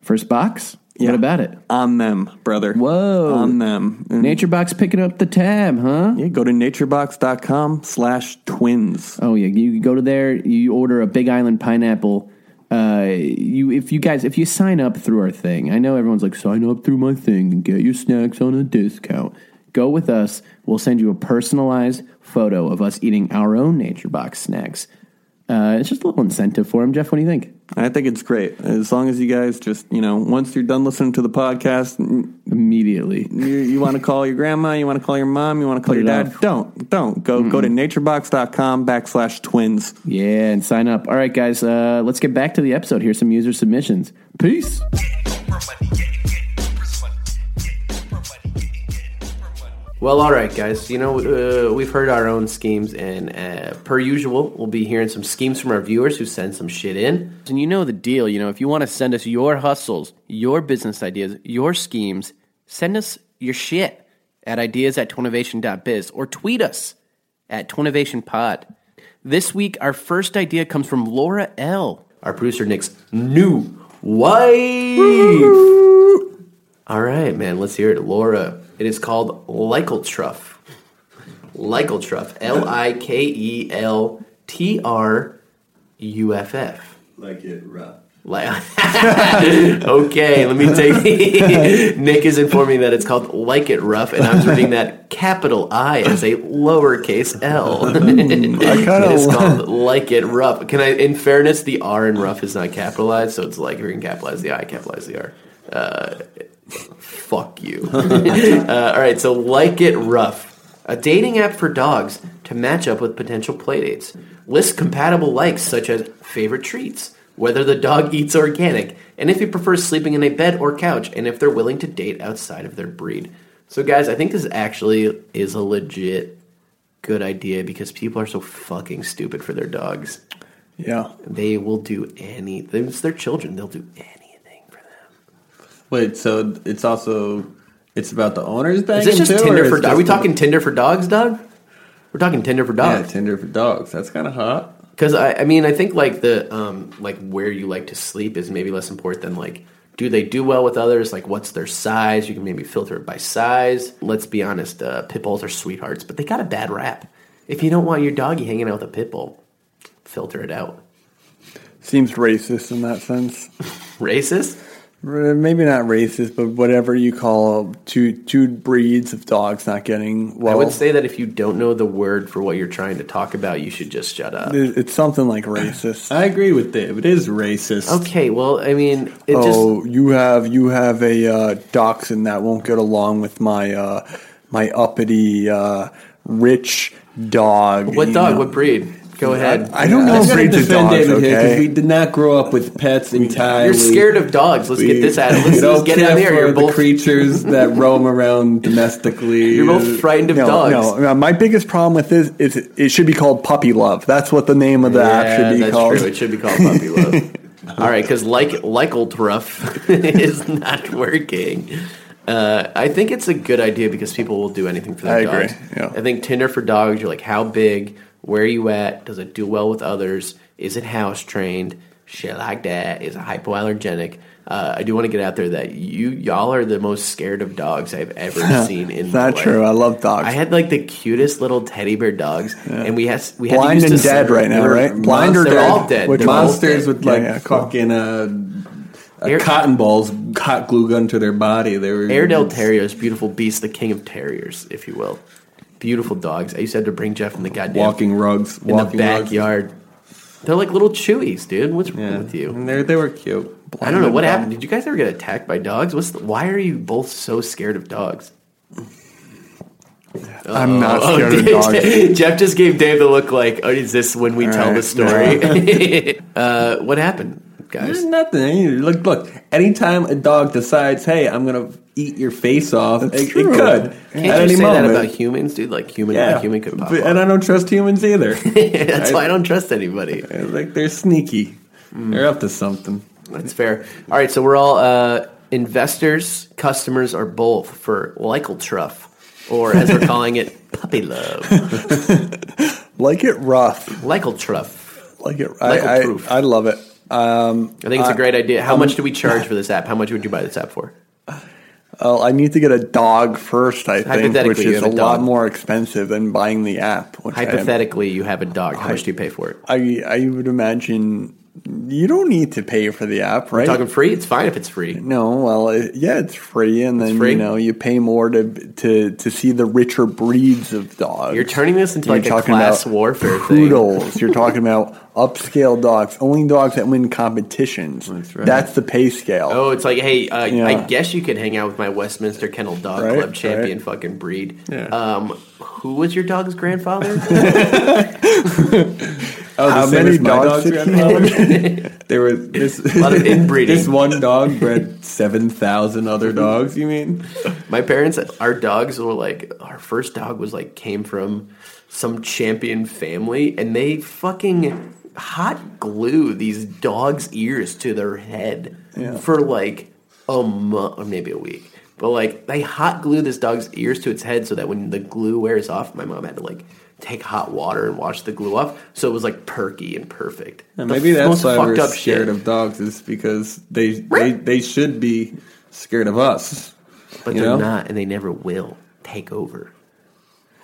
Speaker 7: First box.
Speaker 4: Yeah.
Speaker 7: What about it?
Speaker 4: on them, brother.
Speaker 7: Whoa.
Speaker 4: on them.
Speaker 6: Mm-hmm.
Speaker 4: And,
Speaker 7: Nature Box picking up the tab, huh?
Speaker 4: yeah, go to naturebox.com slash twins.
Speaker 7: Oh yeah, you go to there. You order a Big Island pineapple. Uh, you if you guys if you sign up through our thing, I know everyone's like sign up through my thing and get your snacks on a discount. Go with us. We'll send you a personalized photo of us eating our own Nature Box snacks. Uh, it's just a little incentive for them. Jeff, what do you think?
Speaker 4: I think it's great as long as you guys just you know once you're done listening to the podcast,
Speaker 7: Immediately,
Speaker 4: [LAUGHS] you, you want to call your grandma, you want to call your mom, you want to call
Speaker 7: Put
Speaker 4: your
Speaker 7: it
Speaker 4: dad.
Speaker 7: off.
Speaker 4: Don't don't go go
Speaker 7: Mm-hmm.
Speaker 4: to naturebox.com backslash twins.
Speaker 7: yeah, and sign up. All right, guys, uh, let's get back to the episode. Here's some user submissions. Peace.
Speaker 5: Well, all right, guys. You know, uh, we've heard our own schemes, and uh, per usual, we'll be hearing some schemes from our viewers who send some shit in.
Speaker 3: And you know the deal. You know, if you want to send us your hustles, your business ideas, your schemes, send us your shit at ideas at twinnovation.biz or tweet us at twinnovationpod. This week, our first idea comes from Laura L.
Speaker 5: Our producer Nick's new wife. all right, man. Let's hear it, Laura. It is called Lykeltruff. Lykeltruff. L I K E L T R U F F.
Speaker 4: Like it rough.
Speaker 5: Like, [LAUGHS] okay, let me take. [LAUGHS] Nick is informing that it's called "Like It Rough," and I'm reading that capital I as a lowercase L.
Speaker 4: kinda
Speaker 5: it's called "Like It Rough." Can I? In fairness, the R in "rough" is not capitalized, so it's like if you can capitalize the I, capitalize the R. Uh, fuck you. uh, all right, so like it rough. A dating app for dogs to match up with potential playdates. List compatible likes such as favorite treats, whether the dog eats organic, and if he prefers sleeping in a bed or couch, and if they're willing to date outside of their breed. So, guys, I think this actually is a legit good idea because people are so fucking stupid for their dogs.
Speaker 6: Yeah.
Speaker 5: They will do anything. It's their children. They'll do anything for them.
Speaker 4: Wait, so it's also it's about the owners
Speaker 5: Is
Speaker 4: banging
Speaker 5: this just
Speaker 4: too, or
Speaker 5: Tinder
Speaker 4: it's
Speaker 5: for dogs?
Speaker 4: just
Speaker 5: Are we
Speaker 4: the-
Speaker 5: talking Tinder for dogs, dog? We're talking Tinder for
Speaker 4: Yeah,
Speaker 5: dogs.
Speaker 4: Tinder for dogs. That's kind of hot.
Speaker 5: Because I, I mean, I think like the um, like where you like to sleep is maybe less important than like do they do well with others? Like what's their size? You can maybe filter it by size. Let's be honest, uh, pit bulls are sweethearts, but they got a bad rap. If you don't want your doggy hanging out with a pit bull, filter it out.
Speaker 6: Seems racist in that sense.
Speaker 5: Racist?
Speaker 6: R- Maybe not racist, but whatever you call two two breeds of dogs not getting well.
Speaker 5: I would say that if you don't know the word for what you're trying to talk about, you should just shut up.
Speaker 6: it- it's something like racist.
Speaker 4: I agree with Dave. It is racist.
Speaker 5: Okay, well, I mean, it just
Speaker 6: oh, you have you have a uh, dachshund that won't get along with my uh, my uppity uh, rich dog.
Speaker 5: what
Speaker 6: you
Speaker 5: dog?
Speaker 6: know.
Speaker 5: What breed? Go ahead.
Speaker 8: I don't know
Speaker 4: I'm
Speaker 8: if
Speaker 4: going
Speaker 8: breeds
Speaker 4: to
Speaker 8: are
Speaker 4: defend
Speaker 8: dogs,
Speaker 4: David here because we
Speaker 8: okay?
Speaker 4: did not grow up with pets entirely.
Speaker 5: You're scared of dogs. Let's get this out. of-
Speaker 4: We [LAUGHS]
Speaker 5: Let's,
Speaker 4: don't
Speaker 5: let's get it out
Speaker 4: care
Speaker 5: there.
Speaker 4: for
Speaker 5: You're
Speaker 4: the
Speaker 5: both
Speaker 4: creatures that
Speaker 5: [LAUGHS]
Speaker 4: roam around domestically.
Speaker 5: you're both frightened of
Speaker 6: No,
Speaker 5: dogs.
Speaker 6: no, no. My biggest problem with this is it, it should be called puppy love. That's what the name of the app should be
Speaker 5: that's
Speaker 6: called.
Speaker 5: true. It should be called puppy
Speaker 6: [LAUGHS]
Speaker 5: love. All right, because like like Ultruff [LAUGHS] is not working. Uh, I think it's a good idea because people will do anything for their
Speaker 6: I agree,
Speaker 5: dogs.
Speaker 6: yeah.
Speaker 5: I think Tinder for dogs. You're like, how big? Where are you at? Does it do well with others? Is it house trained? Shit like that. Is it hypoallergenic? Uh, I do want to get out there that you y'all are the most scared of dogs I've ever
Speaker 6: [LAUGHS]
Speaker 5: seen in
Speaker 6: It's
Speaker 5: my
Speaker 6: not
Speaker 5: life.
Speaker 6: true. I love dogs.
Speaker 5: I had like the cutest little teddy bear dogs, and we had we had
Speaker 6: Blind
Speaker 5: to
Speaker 6: and
Speaker 5: use
Speaker 6: dead right now, right? Blind or
Speaker 5: they're
Speaker 6: dead?
Speaker 5: all dead.
Speaker 6: Which
Speaker 5: They're all
Speaker 4: monsters
Speaker 5: dead.
Speaker 4: with like
Speaker 6: Yeah, yeah, cool.
Speaker 4: fucking uh, uh,
Speaker 5: Air-
Speaker 4: cotton balls hot glue gun to their body. They were
Speaker 5: Airedale Terriers, beautiful beast, the king of terriers, if you will. Beautiful dogs. I used to have to bring Jeff in the goddamn
Speaker 4: walking rugs,
Speaker 5: in
Speaker 4: walking
Speaker 5: the backyard. They're like little chewies, dude. What's
Speaker 4: Rugs.
Speaker 5: wrong with you?
Speaker 4: And they they were cute.
Speaker 5: I don't know what happened. Did you guys ever get attacked by dogs? What's the, why are you both so scared of dogs?
Speaker 6: I'm not
Speaker 5: Oh, [LAUGHS]
Speaker 6: scared of
Speaker 5: Dave-
Speaker 6: dogs.
Speaker 5: Jeff just gave Dave the look like, oh, is this when we tell the story? [LAUGHS] uh, what happened,
Speaker 4: There's
Speaker 5: guys?
Speaker 4: nothing. Look, look. Anytime a dog decides, "Hey, I'm gonna eat your face off," it, it
Speaker 6: true.
Speaker 4: could
Speaker 5: Can't
Speaker 4: at
Speaker 5: you
Speaker 4: any
Speaker 5: say
Speaker 4: moment.
Speaker 5: that about humans, dude? Like human,
Speaker 4: yeah,
Speaker 5: a human could pop
Speaker 4: But-
Speaker 5: up. [LAUGHS]
Speaker 4: and I don't trust humans either.
Speaker 5: That's why I don't trust
Speaker 4: [LAUGHS]
Speaker 5: anybody.
Speaker 4: like they're sneaky.
Speaker 6: Mm.
Speaker 4: They're up to something.
Speaker 5: That's fair. All right, so we're all uh, investors, customers, or both for Lykeltruff, or as we're calling
Speaker 4: [LAUGHS]
Speaker 5: it, puppy love.
Speaker 6: Like it rough.
Speaker 5: Lykeltruff.
Speaker 6: Like it.
Speaker 5: Like a
Speaker 6: I, I,
Speaker 5: proof.
Speaker 6: I love it. Um,
Speaker 5: I think
Speaker 4: Uh,
Speaker 5: it's a great idea. How much do we charge for this app? How much would you buy this app for?
Speaker 6: oh, I need to get a dog first. I think, which
Speaker 5: Hypothetically, you
Speaker 6: is a
Speaker 5: have a
Speaker 6: lot
Speaker 5: dog.
Speaker 6: more expensive than buying the app. Which I am-
Speaker 5: Hypothetically, you have a dog. How much do you pay for it?
Speaker 6: I I would imagine you don't need to pay for the app, right?
Speaker 5: Talking free? It's fine if it's free.
Speaker 6: No, well, it, yeah, it's free, and then
Speaker 5: free?
Speaker 6: you know you pay more to to to see the richer breeds of dogs.
Speaker 5: You're turning this into
Speaker 6: You're
Speaker 5: like a
Speaker 6: talking about
Speaker 5: class warfare thing.
Speaker 6: poodles. You're talking about upscale dogs, only dogs that win competitions. That's
Speaker 4: right.
Speaker 6: the pay scale.
Speaker 5: Oh, it's like, hey, uh,
Speaker 6: Yeah.
Speaker 5: I guess you could hang out with my Westminster Kennel Dog
Speaker 6: Right,
Speaker 5: Club champion
Speaker 6: right.
Speaker 5: fucking breed.
Speaker 4: Yeah.
Speaker 5: Um, who was your dog's
Speaker 4: [LAUGHS]
Speaker 5: grandfather?
Speaker 4: Oh, the
Speaker 6: How
Speaker 4: same
Speaker 6: many
Speaker 4: as my
Speaker 6: dogs
Speaker 4: dog's
Speaker 6: did you
Speaker 4: grandfather?
Speaker 6: [LAUGHS]
Speaker 4: there was this
Speaker 5: lot of inbreeding.
Speaker 4: This one dog bred seven thousand other dogs. You mean?
Speaker 5: My parents, our dogs were like, our first dog was like, came from some champion family, and they fucking hot glue these dogs' ears to their head for like a month or maybe a week. But like, they hot glue this dog's ears to its head so that when the glue wears off, my mom had to like take hot water and wash the glue off. So it was like perky and perfect.
Speaker 4: And
Speaker 5: The
Speaker 4: maybe
Speaker 5: f-
Speaker 4: that's
Speaker 5: most
Speaker 4: why we're
Speaker 5: fucked up
Speaker 4: scared
Speaker 5: shit.
Speaker 4: of dogs is because they they, they should be scared of us.
Speaker 5: But
Speaker 4: you
Speaker 5: they're
Speaker 4: know?
Speaker 5: not, and they never will take over.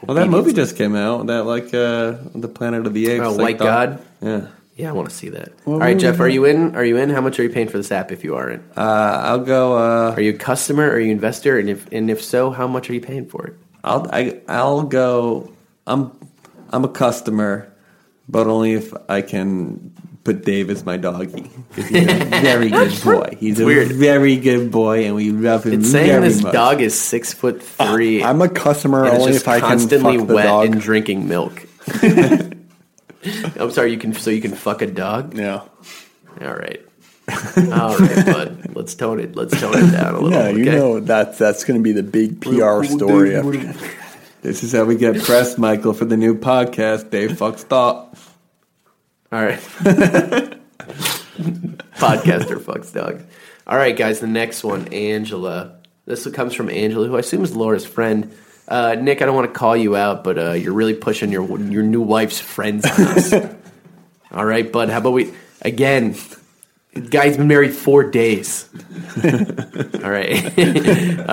Speaker 4: Well, that movie just came out. That like uh, the Planet of the Apes,
Speaker 5: Oh, White
Speaker 4: like dog-
Speaker 5: God?
Speaker 4: Yeah,
Speaker 5: Yeah, I want to see that. All right, Jeff, are you in? Are you in? How much are you paying for this app if you are in?
Speaker 4: uh, I'll go. Uh,
Speaker 5: are you a customer? Are you investor? And if and if so, how much are you paying for it?
Speaker 4: I'll I, I'll go. I'm I'm a customer, but only if I can put Dave as my doggy because he's
Speaker 5: [LAUGHS]
Speaker 4: a very good boy. He's a
Speaker 5: weird.
Speaker 4: very good boy, and we love him.
Speaker 5: It's saying
Speaker 4: very
Speaker 5: this
Speaker 4: much.
Speaker 5: dog is six foot three.
Speaker 6: Uh, I'm a customer
Speaker 5: and it's
Speaker 6: only
Speaker 5: just
Speaker 6: if I can
Speaker 5: constantly
Speaker 6: fuck the
Speaker 5: wet
Speaker 6: dog.
Speaker 5: and drinking
Speaker 6: [LAUGHS]
Speaker 5: milk. I'm sorry. You can so you can fuck a dog.
Speaker 6: yeah,
Speaker 5: All right. All right, bud. Let's tone it. Let's tone it
Speaker 6: [LAUGHS]
Speaker 5: down a little.
Speaker 6: yeah, you
Speaker 5: Oh, okay?
Speaker 6: know that's that's going to be the big PR story. after-
Speaker 4: [LAUGHS] This is how we get press, Michael, for the new podcast. Dave fucks dog.
Speaker 5: All right. [LAUGHS] Podcaster fucks dogs. All right, guys. The next one, Angela. This one comes from Angela, who I assume is Laura's friend. Uh, Nick, I don't want to call you out, but uh, you're really pushing your your new wife's friends on us. All right, bud. How about we again? Guy's been married four days. All right. [LAUGHS] All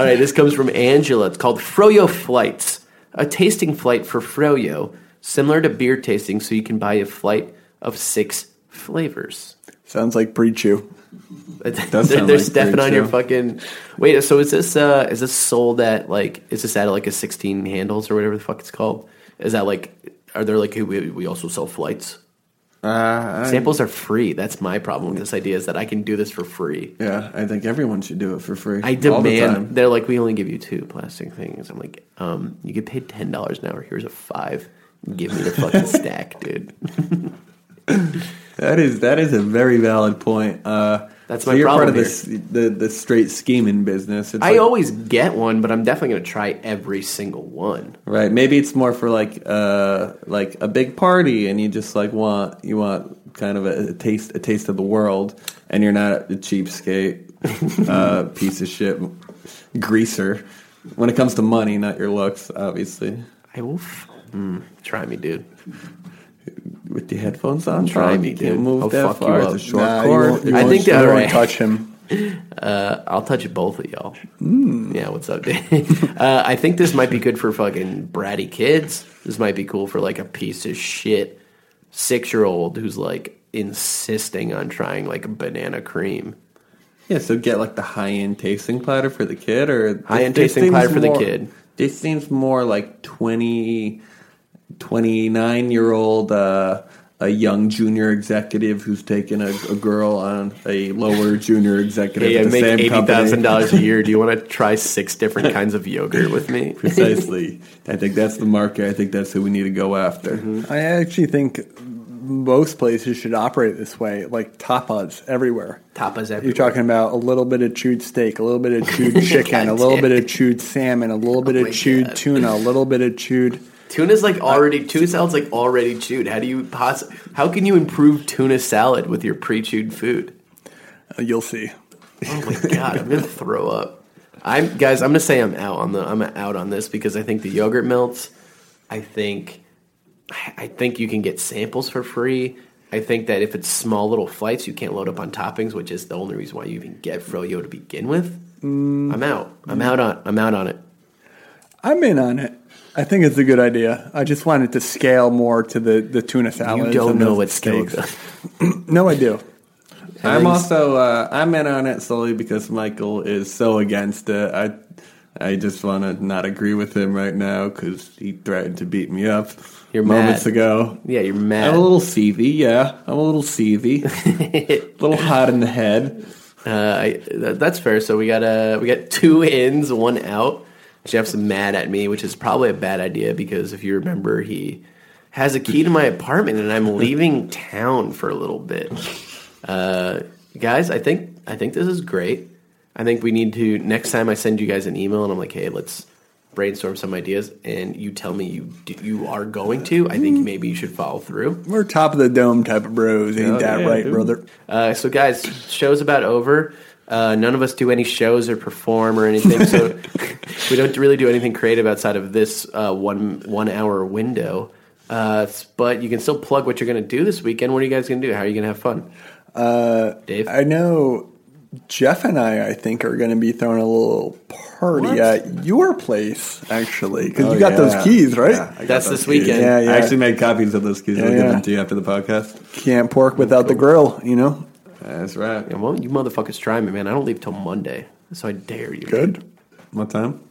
Speaker 5: right. This comes from Angela. It's called Froyo Flights, a tasting flight for Froyo, similar to beer tasting, so you can buy a flight of six flavors.
Speaker 6: Sounds like pre chew.
Speaker 5: [LAUGHS] they're
Speaker 4: sound
Speaker 5: they're
Speaker 4: like
Speaker 5: stepping
Speaker 4: great
Speaker 5: on your
Speaker 4: show.
Speaker 5: fucking. Wait. So is this uh is this sold at like is this at like a sixteen handles or whatever the fuck it's called? Is that like are there like hey, we we also sell flights?
Speaker 4: Uh,
Speaker 5: Samples are free. That's my problem with this idea is that I can do this for free.
Speaker 4: Yeah, I think everyone should do it for free.
Speaker 5: I
Speaker 4: All the time.
Speaker 5: demand. They're like, we only give you two plastic things. I'm like, um, you get paid ten dollars an hour. Here's a five. Give me the
Speaker 4: [LAUGHS]
Speaker 5: fucking stack, dude.
Speaker 4: That is that is a very valid point. Uh,
Speaker 5: That's
Speaker 4: so
Speaker 5: my
Speaker 4: you're part
Speaker 5: problem
Speaker 4: of The, the the straight scheming business. It's
Speaker 5: I
Speaker 4: like-
Speaker 5: always get one, but I'm definitely gonna try every single one.
Speaker 4: right. Maybe it's more for like uh like a big party, and you just like want you want kind of a, a taste a taste of the world, and you're not a cheapskate [LAUGHS] uh, piece of shit greaser when it comes to money, not your looks, obviously.
Speaker 5: I will f- mm, try me, dude.
Speaker 4: With the headphones on,
Speaker 5: Try
Speaker 4: Bob,
Speaker 5: me,
Speaker 4: you can't
Speaker 5: dude.
Speaker 4: move
Speaker 5: I'll
Speaker 4: that
Speaker 5: fuck you
Speaker 4: far.
Speaker 5: up.
Speaker 4: It's a short
Speaker 6: Nah, you
Speaker 4: cord.
Speaker 6: won't- you
Speaker 5: I
Speaker 6: won't-
Speaker 5: think
Speaker 6: you
Speaker 5: that-
Speaker 6: won't
Speaker 5: alright.
Speaker 6: touch him.
Speaker 5: I'll touch both of y'all.
Speaker 4: Mm.
Speaker 5: Yeah, what's up, dude? [LAUGHS] uh, I think this might be good for fucking bratty kids. This might be cool for like a piece of shit six year old who's like insisting on trying like banana cream.
Speaker 4: Yeah, so get like the high end tasting platter for the kid, or
Speaker 5: High-end
Speaker 4: this- this
Speaker 5: tasting platter
Speaker 4: seems
Speaker 5: for the
Speaker 4: more-
Speaker 5: kid.
Speaker 4: This seems more like 20, 29 year old, uh, a young junior executive who's taking a, a girl on a lower junior executive.
Speaker 5: Hey,
Speaker 4: at
Speaker 5: I
Speaker 4: the
Speaker 5: make
Speaker 4: same
Speaker 5: eighty thousand
Speaker 4: company.
Speaker 5: dollars a year. Do you want to try six different kinds of yogurt with
Speaker 4: [LAUGHS]
Speaker 5: me?
Speaker 4: [LAUGHS] Precisely. I think that's the market. I think that's who we need to go after.
Speaker 5: Mm-hmm.
Speaker 6: I actually think most places should operate this way, like tapas everywhere.
Speaker 5: Tapas everywhere.
Speaker 6: You're talking about a little bit of chewed steak, a little bit of
Speaker 5: [LAUGHS]
Speaker 6: chewed chicken, a little bit of chewed salmon, a little bit
Speaker 5: Oh my
Speaker 6: of chewed
Speaker 5: God.
Speaker 6: tuna, a little bit of chewed.
Speaker 5: Tuna's like already tuna salad's like already chewed. How do you poss- How can you improve tuna salad with your pre-chewed food?
Speaker 6: Uh, You'll see.
Speaker 5: Oh my god, I'm gonna throw up. I'm guys. I'm gonna say I'm out on the. I'm out on this because I think the yogurt melts. I think, I I think you can get samples for free. I think that if it's small little flights, you can't load up on toppings, which is the only reason why you even get froyo to begin with. I'm out. I'm out on. I'm out on it.
Speaker 6: I'm in on it. I think it's a good idea. I just wanted to scale more to the, the tuna salad.
Speaker 5: You don't know what skill. goes.
Speaker 6: [CLEARS THROAT] No, I do.
Speaker 4: I'm also uh, I'm in on it solely because Michael is so against it. I I just want to not agree with him right now because he threatened to beat me up
Speaker 5: You're
Speaker 4: moments
Speaker 5: mad.
Speaker 4: ago.
Speaker 5: Yeah, you're mad.
Speaker 4: I'm a little seethy, yeah. I'm a
Speaker 5: [LAUGHS]
Speaker 4: little seethy, a little hot in the head.
Speaker 5: Uh, I, th- that's fair. So we got uh, we got [LAUGHS] two ins, one out. Jeff's mad at me, which is probably a bad idea because if you remember, he has a key to my apartment, and I'm leaving town for a little bit. Uh, guys, I think I think this is great. I think we need to next time I send you guys an email and I'm like, hey, let's brainstorm some ideas, and you tell me you d- you are going to. I think maybe you should follow through.
Speaker 6: We're top of the dome type of bros.
Speaker 5: Oh,
Speaker 6: Ain't that
Speaker 4: yeah,
Speaker 6: right,
Speaker 4: dude.
Speaker 6: brother?
Speaker 5: Uh, so, guys, show's about over. Uh, none of us do any shows or perform or anything, so we don't really do anything creative outside of this uh, one one hour window. Uh, s- but you can still plug what you're going to do this weekend. What are you guys going to do? How are you going to have fun? Uh, Dave,
Speaker 6: I know Jeff and I, I think, are going to be throwing a little party at your place, actually. Because
Speaker 4: Oh,
Speaker 6: you got
Speaker 4: yeah.
Speaker 6: those keys, right?
Speaker 4: Yeah, I got
Speaker 5: That's
Speaker 4: those
Speaker 5: this weekend.
Speaker 6: Yeah,
Speaker 4: I
Speaker 6: yeah.
Speaker 4: actually made copies of those because I'll give
Speaker 6: yeah.
Speaker 4: them to you after the podcast.
Speaker 6: Can't pork without the grill, you know?
Speaker 4: That's right.
Speaker 5: Yeah, well, you motherfuckers try me, man. I don't leave till Monday, so I dare you.
Speaker 6: Good.
Speaker 4: What time?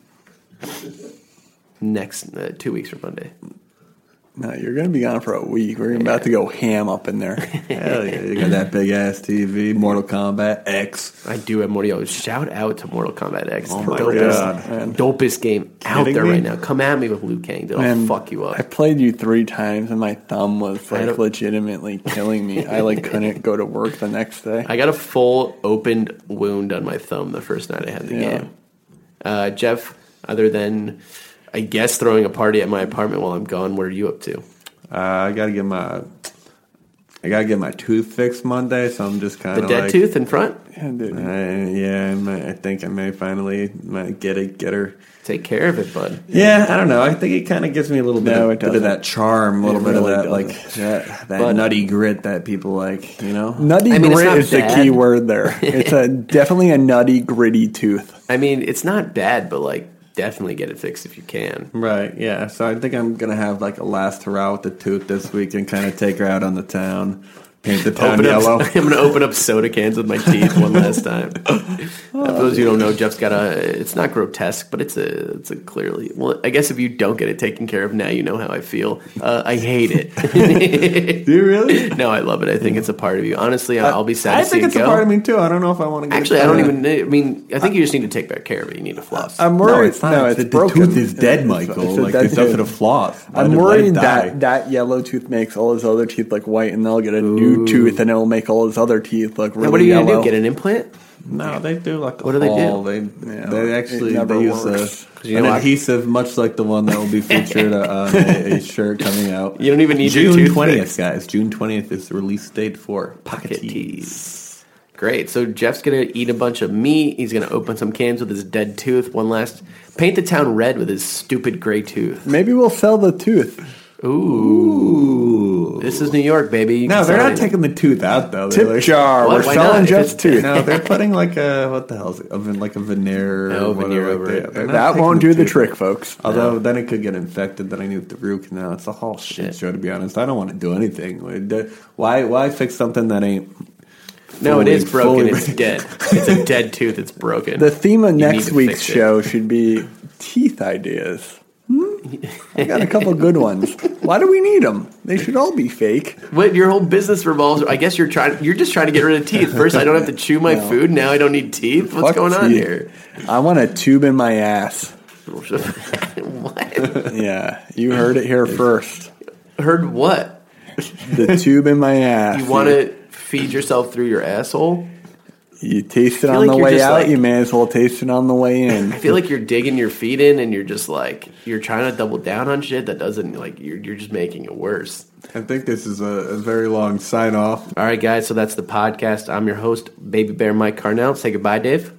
Speaker 5: Next uh, two weeks from Monday.
Speaker 6: No, you're going to be gone for a week. We're about to go ham up
Speaker 5: [LAUGHS]
Speaker 6: in there.
Speaker 4: Hell yeah! You got that big ass TV, Mortal Kombat X.
Speaker 5: I do have Morty. Shout out to Mortal Kombat X. Oh
Speaker 4: my God,
Speaker 5: dopest game out
Speaker 4: Kidding
Speaker 5: there
Speaker 4: me?
Speaker 5: right now. Come at me with Liu Kang, dude. I'll
Speaker 6: Man,
Speaker 5: fuck you up.
Speaker 6: I played you three times, and my thumb was like
Speaker 5: don't-
Speaker 6: legitimately killing me. I
Speaker 5: [LAUGHS]
Speaker 6: like couldn't go to work the next day.
Speaker 5: I got a full opened wound on my thumb the first night I had the
Speaker 6: Yeah.
Speaker 5: game. Uh, Jeff, other than I guess throwing a party at my apartment while I'm gone, what are you up to?
Speaker 4: Uh, I gotta get my I gotta get my tooth fixed Monday, so I'm just kind
Speaker 5: The
Speaker 4: of
Speaker 5: dead
Speaker 4: like,
Speaker 5: tooth in front.
Speaker 6: Yeah, dude.
Speaker 4: I- yeah, I, might, I think I may finally might get it, get her.
Speaker 5: Take care of it, bud.
Speaker 4: Yeah, I don't know. I think it kind of gives me a little bit,
Speaker 6: No,
Speaker 4: of,
Speaker 6: it
Speaker 4: bit of
Speaker 6: doesn't.
Speaker 4: that charm, a little bit
Speaker 6: really
Speaker 4: of that
Speaker 6: doesn't.
Speaker 4: like that, that
Speaker 5: But-
Speaker 4: nutty grit that people like, you know.
Speaker 6: Nutty
Speaker 5: I mean, it's
Speaker 6: grit
Speaker 5: not
Speaker 6: is
Speaker 5: bad.
Speaker 6: the key
Speaker 5: [LAUGHS]
Speaker 6: word there. It's a definitely a nutty, gritty tooth.
Speaker 5: I mean, it's not bad, but like definitely get it fixed if you can.
Speaker 4: Right. Yeah. So I think I'm gonna have like a last hurrah with the tooth this week and kind of take her out on the town. Paint the town
Speaker 5: Open up- [LAUGHS]
Speaker 4: yellow.
Speaker 5: I'm going to open up soda cans with my teeth one last
Speaker 4: [LAUGHS]
Speaker 5: time. Uh, for those who don't know, Jeff's got a. It's not grotesque, but it's a. It's a clearly. Well, I guess if you don't get it taken care of now, you know how I feel. Uh, I hate it.
Speaker 4: [LAUGHS] Do you really?
Speaker 5: no, I love it. I think it's a part of you. Honestly, I, will be sad.
Speaker 4: I
Speaker 5: to see
Speaker 4: think
Speaker 5: it
Speaker 4: it's
Speaker 5: go.
Speaker 4: a part of me too. I don't know if I want to. Get
Speaker 5: Actually,
Speaker 4: it
Speaker 5: I don't
Speaker 4: done.
Speaker 5: even. I mean, I think you just need to take better care of it. You need to floss.
Speaker 6: [LAUGHS] I'm
Speaker 4: No,
Speaker 6: worried.
Speaker 4: it's not.
Speaker 6: it's
Speaker 4: the, the
Speaker 6: broken.
Speaker 4: tooth is dead,
Speaker 6: It's-
Speaker 4: Michael.
Speaker 6: it's a
Speaker 4: like
Speaker 6: dead
Speaker 4: there's nothing
Speaker 6: tooth.
Speaker 4: to floss.
Speaker 6: I'm
Speaker 4: Let it- let it
Speaker 6: worried
Speaker 4: die.
Speaker 6: that that yellow tooth makes all his other teeth look white, and they'll get a new tooth, and it'll make all his other teeth look really
Speaker 5: Now, what are you gonna
Speaker 6: yellow.
Speaker 5: do? Get an implant?
Speaker 4: No, they do like
Speaker 5: What do they do?
Speaker 4: They,
Speaker 6: Yeah, it
Speaker 4: they actually
Speaker 6: never
Speaker 4: they
Speaker 5: [LAUGHS]
Speaker 4: use
Speaker 6: works.
Speaker 4: a, an
Speaker 5: know, I-
Speaker 4: adhesive, much like the one that will be featured
Speaker 5: [LAUGHS]
Speaker 4: uh, on a, a shirt coming out.
Speaker 5: You don't even need your
Speaker 4: June
Speaker 5: tooth
Speaker 4: twentieth,
Speaker 5: fixed.
Speaker 4: guys. June twentieth is the release date for pocket
Speaker 5: Pocket
Speaker 4: tees.
Speaker 5: tees. Great. So Jeff's gonna eat a bunch of meat. He's gonna open some cans with his dead tooth. One last paint the town red with his stupid gray tooth.
Speaker 6: Maybe we'll sell the tooth.
Speaker 4: Ooh.
Speaker 5: This is New York, baby. You
Speaker 4: No,
Speaker 5: can
Speaker 4: they're
Speaker 5: sell
Speaker 4: not
Speaker 5: it.
Speaker 4: taking the tooth out though. They're
Speaker 6: Tip
Speaker 4: like-
Speaker 6: jar.
Speaker 5: What?
Speaker 6: We're
Speaker 5: Why
Speaker 6: selling
Speaker 5: not?
Speaker 6: Jeff's
Speaker 5: If
Speaker 6: tooth.
Speaker 4: No, they're putting like a what the hell is it? A van- like a veneer.
Speaker 5: Oh,
Speaker 4: or whatever
Speaker 5: veneer
Speaker 4: like
Speaker 5: over
Speaker 4: that.
Speaker 5: it.
Speaker 4: They're not
Speaker 6: That
Speaker 4: taking
Speaker 6: won't do the
Speaker 4: tooth
Speaker 6: trick,
Speaker 4: out.
Speaker 6: folks.
Speaker 4: Although then it could get infected. Then I knew with the root canal. It's a whole shit
Speaker 5: Shit.
Speaker 4: show. To be honest, I don't want to do anything. Why? Why fix something that ain't?
Speaker 5: No, it
Speaker 4: fully-
Speaker 5: is broken.
Speaker 4: fully-
Speaker 5: It's
Speaker 4: [LAUGHS]
Speaker 5: dead. It's a dead tooth. It's broken.
Speaker 6: The theme of
Speaker 5: You need
Speaker 6: next
Speaker 5: to
Speaker 6: week's
Speaker 5: fix it.
Speaker 6: show should be teeth ideas. Hmm? I got a couple
Speaker 5: [LAUGHS]
Speaker 6: good ones. Why do we need them? They should all be fake.
Speaker 5: What your whole business revolves? I guess you're trying. You're just trying to get rid of teeth. First, I don't have to chew
Speaker 4: [LAUGHS]
Speaker 5: my food. Now I don't need teeth. What's
Speaker 6: Fuck
Speaker 5: going on
Speaker 6: teeth.
Speaker 5: here? [LAUGHS]
Speaker 6: I want a tube in my ass.
Speaker 5: what?
Speaker 6: Yeah, you heard it here first.
Speaker 5: Heard what?
Speaker 6: The tube in my
Speaker 5: [LAUGHS]
Speaker 6: ass.
Speaker 5: You want to feed yourself through your asshole?
Speaker 6: You taste it
Speaker 5: feel
Speaker 6: on
Speaker 5: like
Speaker 6: the
Speaker 5: you're
Speaker 6: way
Speaker 5: just
Speaker 6: out.
Speaker 5: like-
Speaker 6: you may as well taste it on the way
Speaker 5: [LAUGHS]
Speaker 6: in.
Speaker 5: I feel like you're digging your feet in, and you're just like you're trying to double down on shit that doesn't like you're you're just making it worse.
Speaker 4: I think this is a, a very long sign off.
Speaker 5: All right, guys. So that's the podcast. I'm your host, Baby Bear Mike Carnell. Say goodbye, Dave.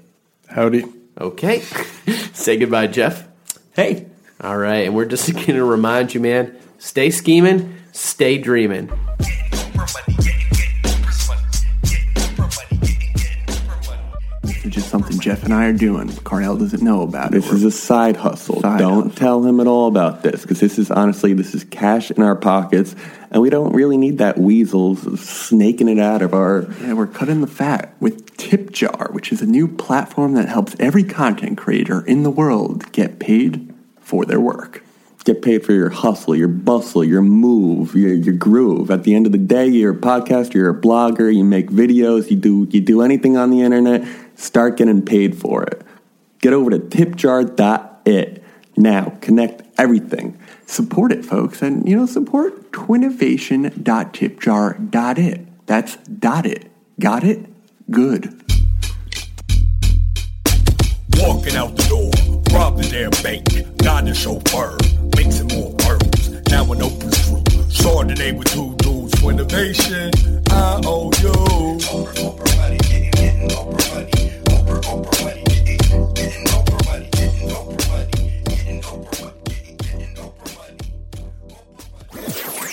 Speaker 6: Howdy.
Speaker 5: Okay. [LAUGHS] Say goodbye, Jeff.
Speaker 4: Hey,
Speaker 5: All right, and we're just [LAUGHS] gonna remind you, man. Stay scheming, stay dreaming.
Speaker 6: It's just something Jeff and I are doing. Carnell doesn't know about
Speaker 4: this is a side hustle.
Speaker 6: Side
Speaker 4: don't
Speaker 6: hustle.
Speaker 4: tell him at all about this because this is honestly this is cash in our pockets, and we don't really need that weasels snaking it out of our.
Speaker 6: Yeah, we're cutting the fat with Tip Jar, which is a new platform that helps every content creator in the world get paid for their work.
Speaker 4: Get paid for your hustle, your bustle, your move, your, your groove. At the end of the day, you're a podcaster, you're a blogger, you make videos, you do you do anything on the internet. Start getting paid for it. Get over to tipjar.it now. Connect everything.
Speaker 6: Support it, folks, and you know, support twinnovation.tipjar.it. That's dot it. Got it? Good.
Speaker 2: Walking out the door, rob the damn bank, got the chauffeur, make some more purples. Now an open screw, Chardonnay with two dudes for innovation. I owe you.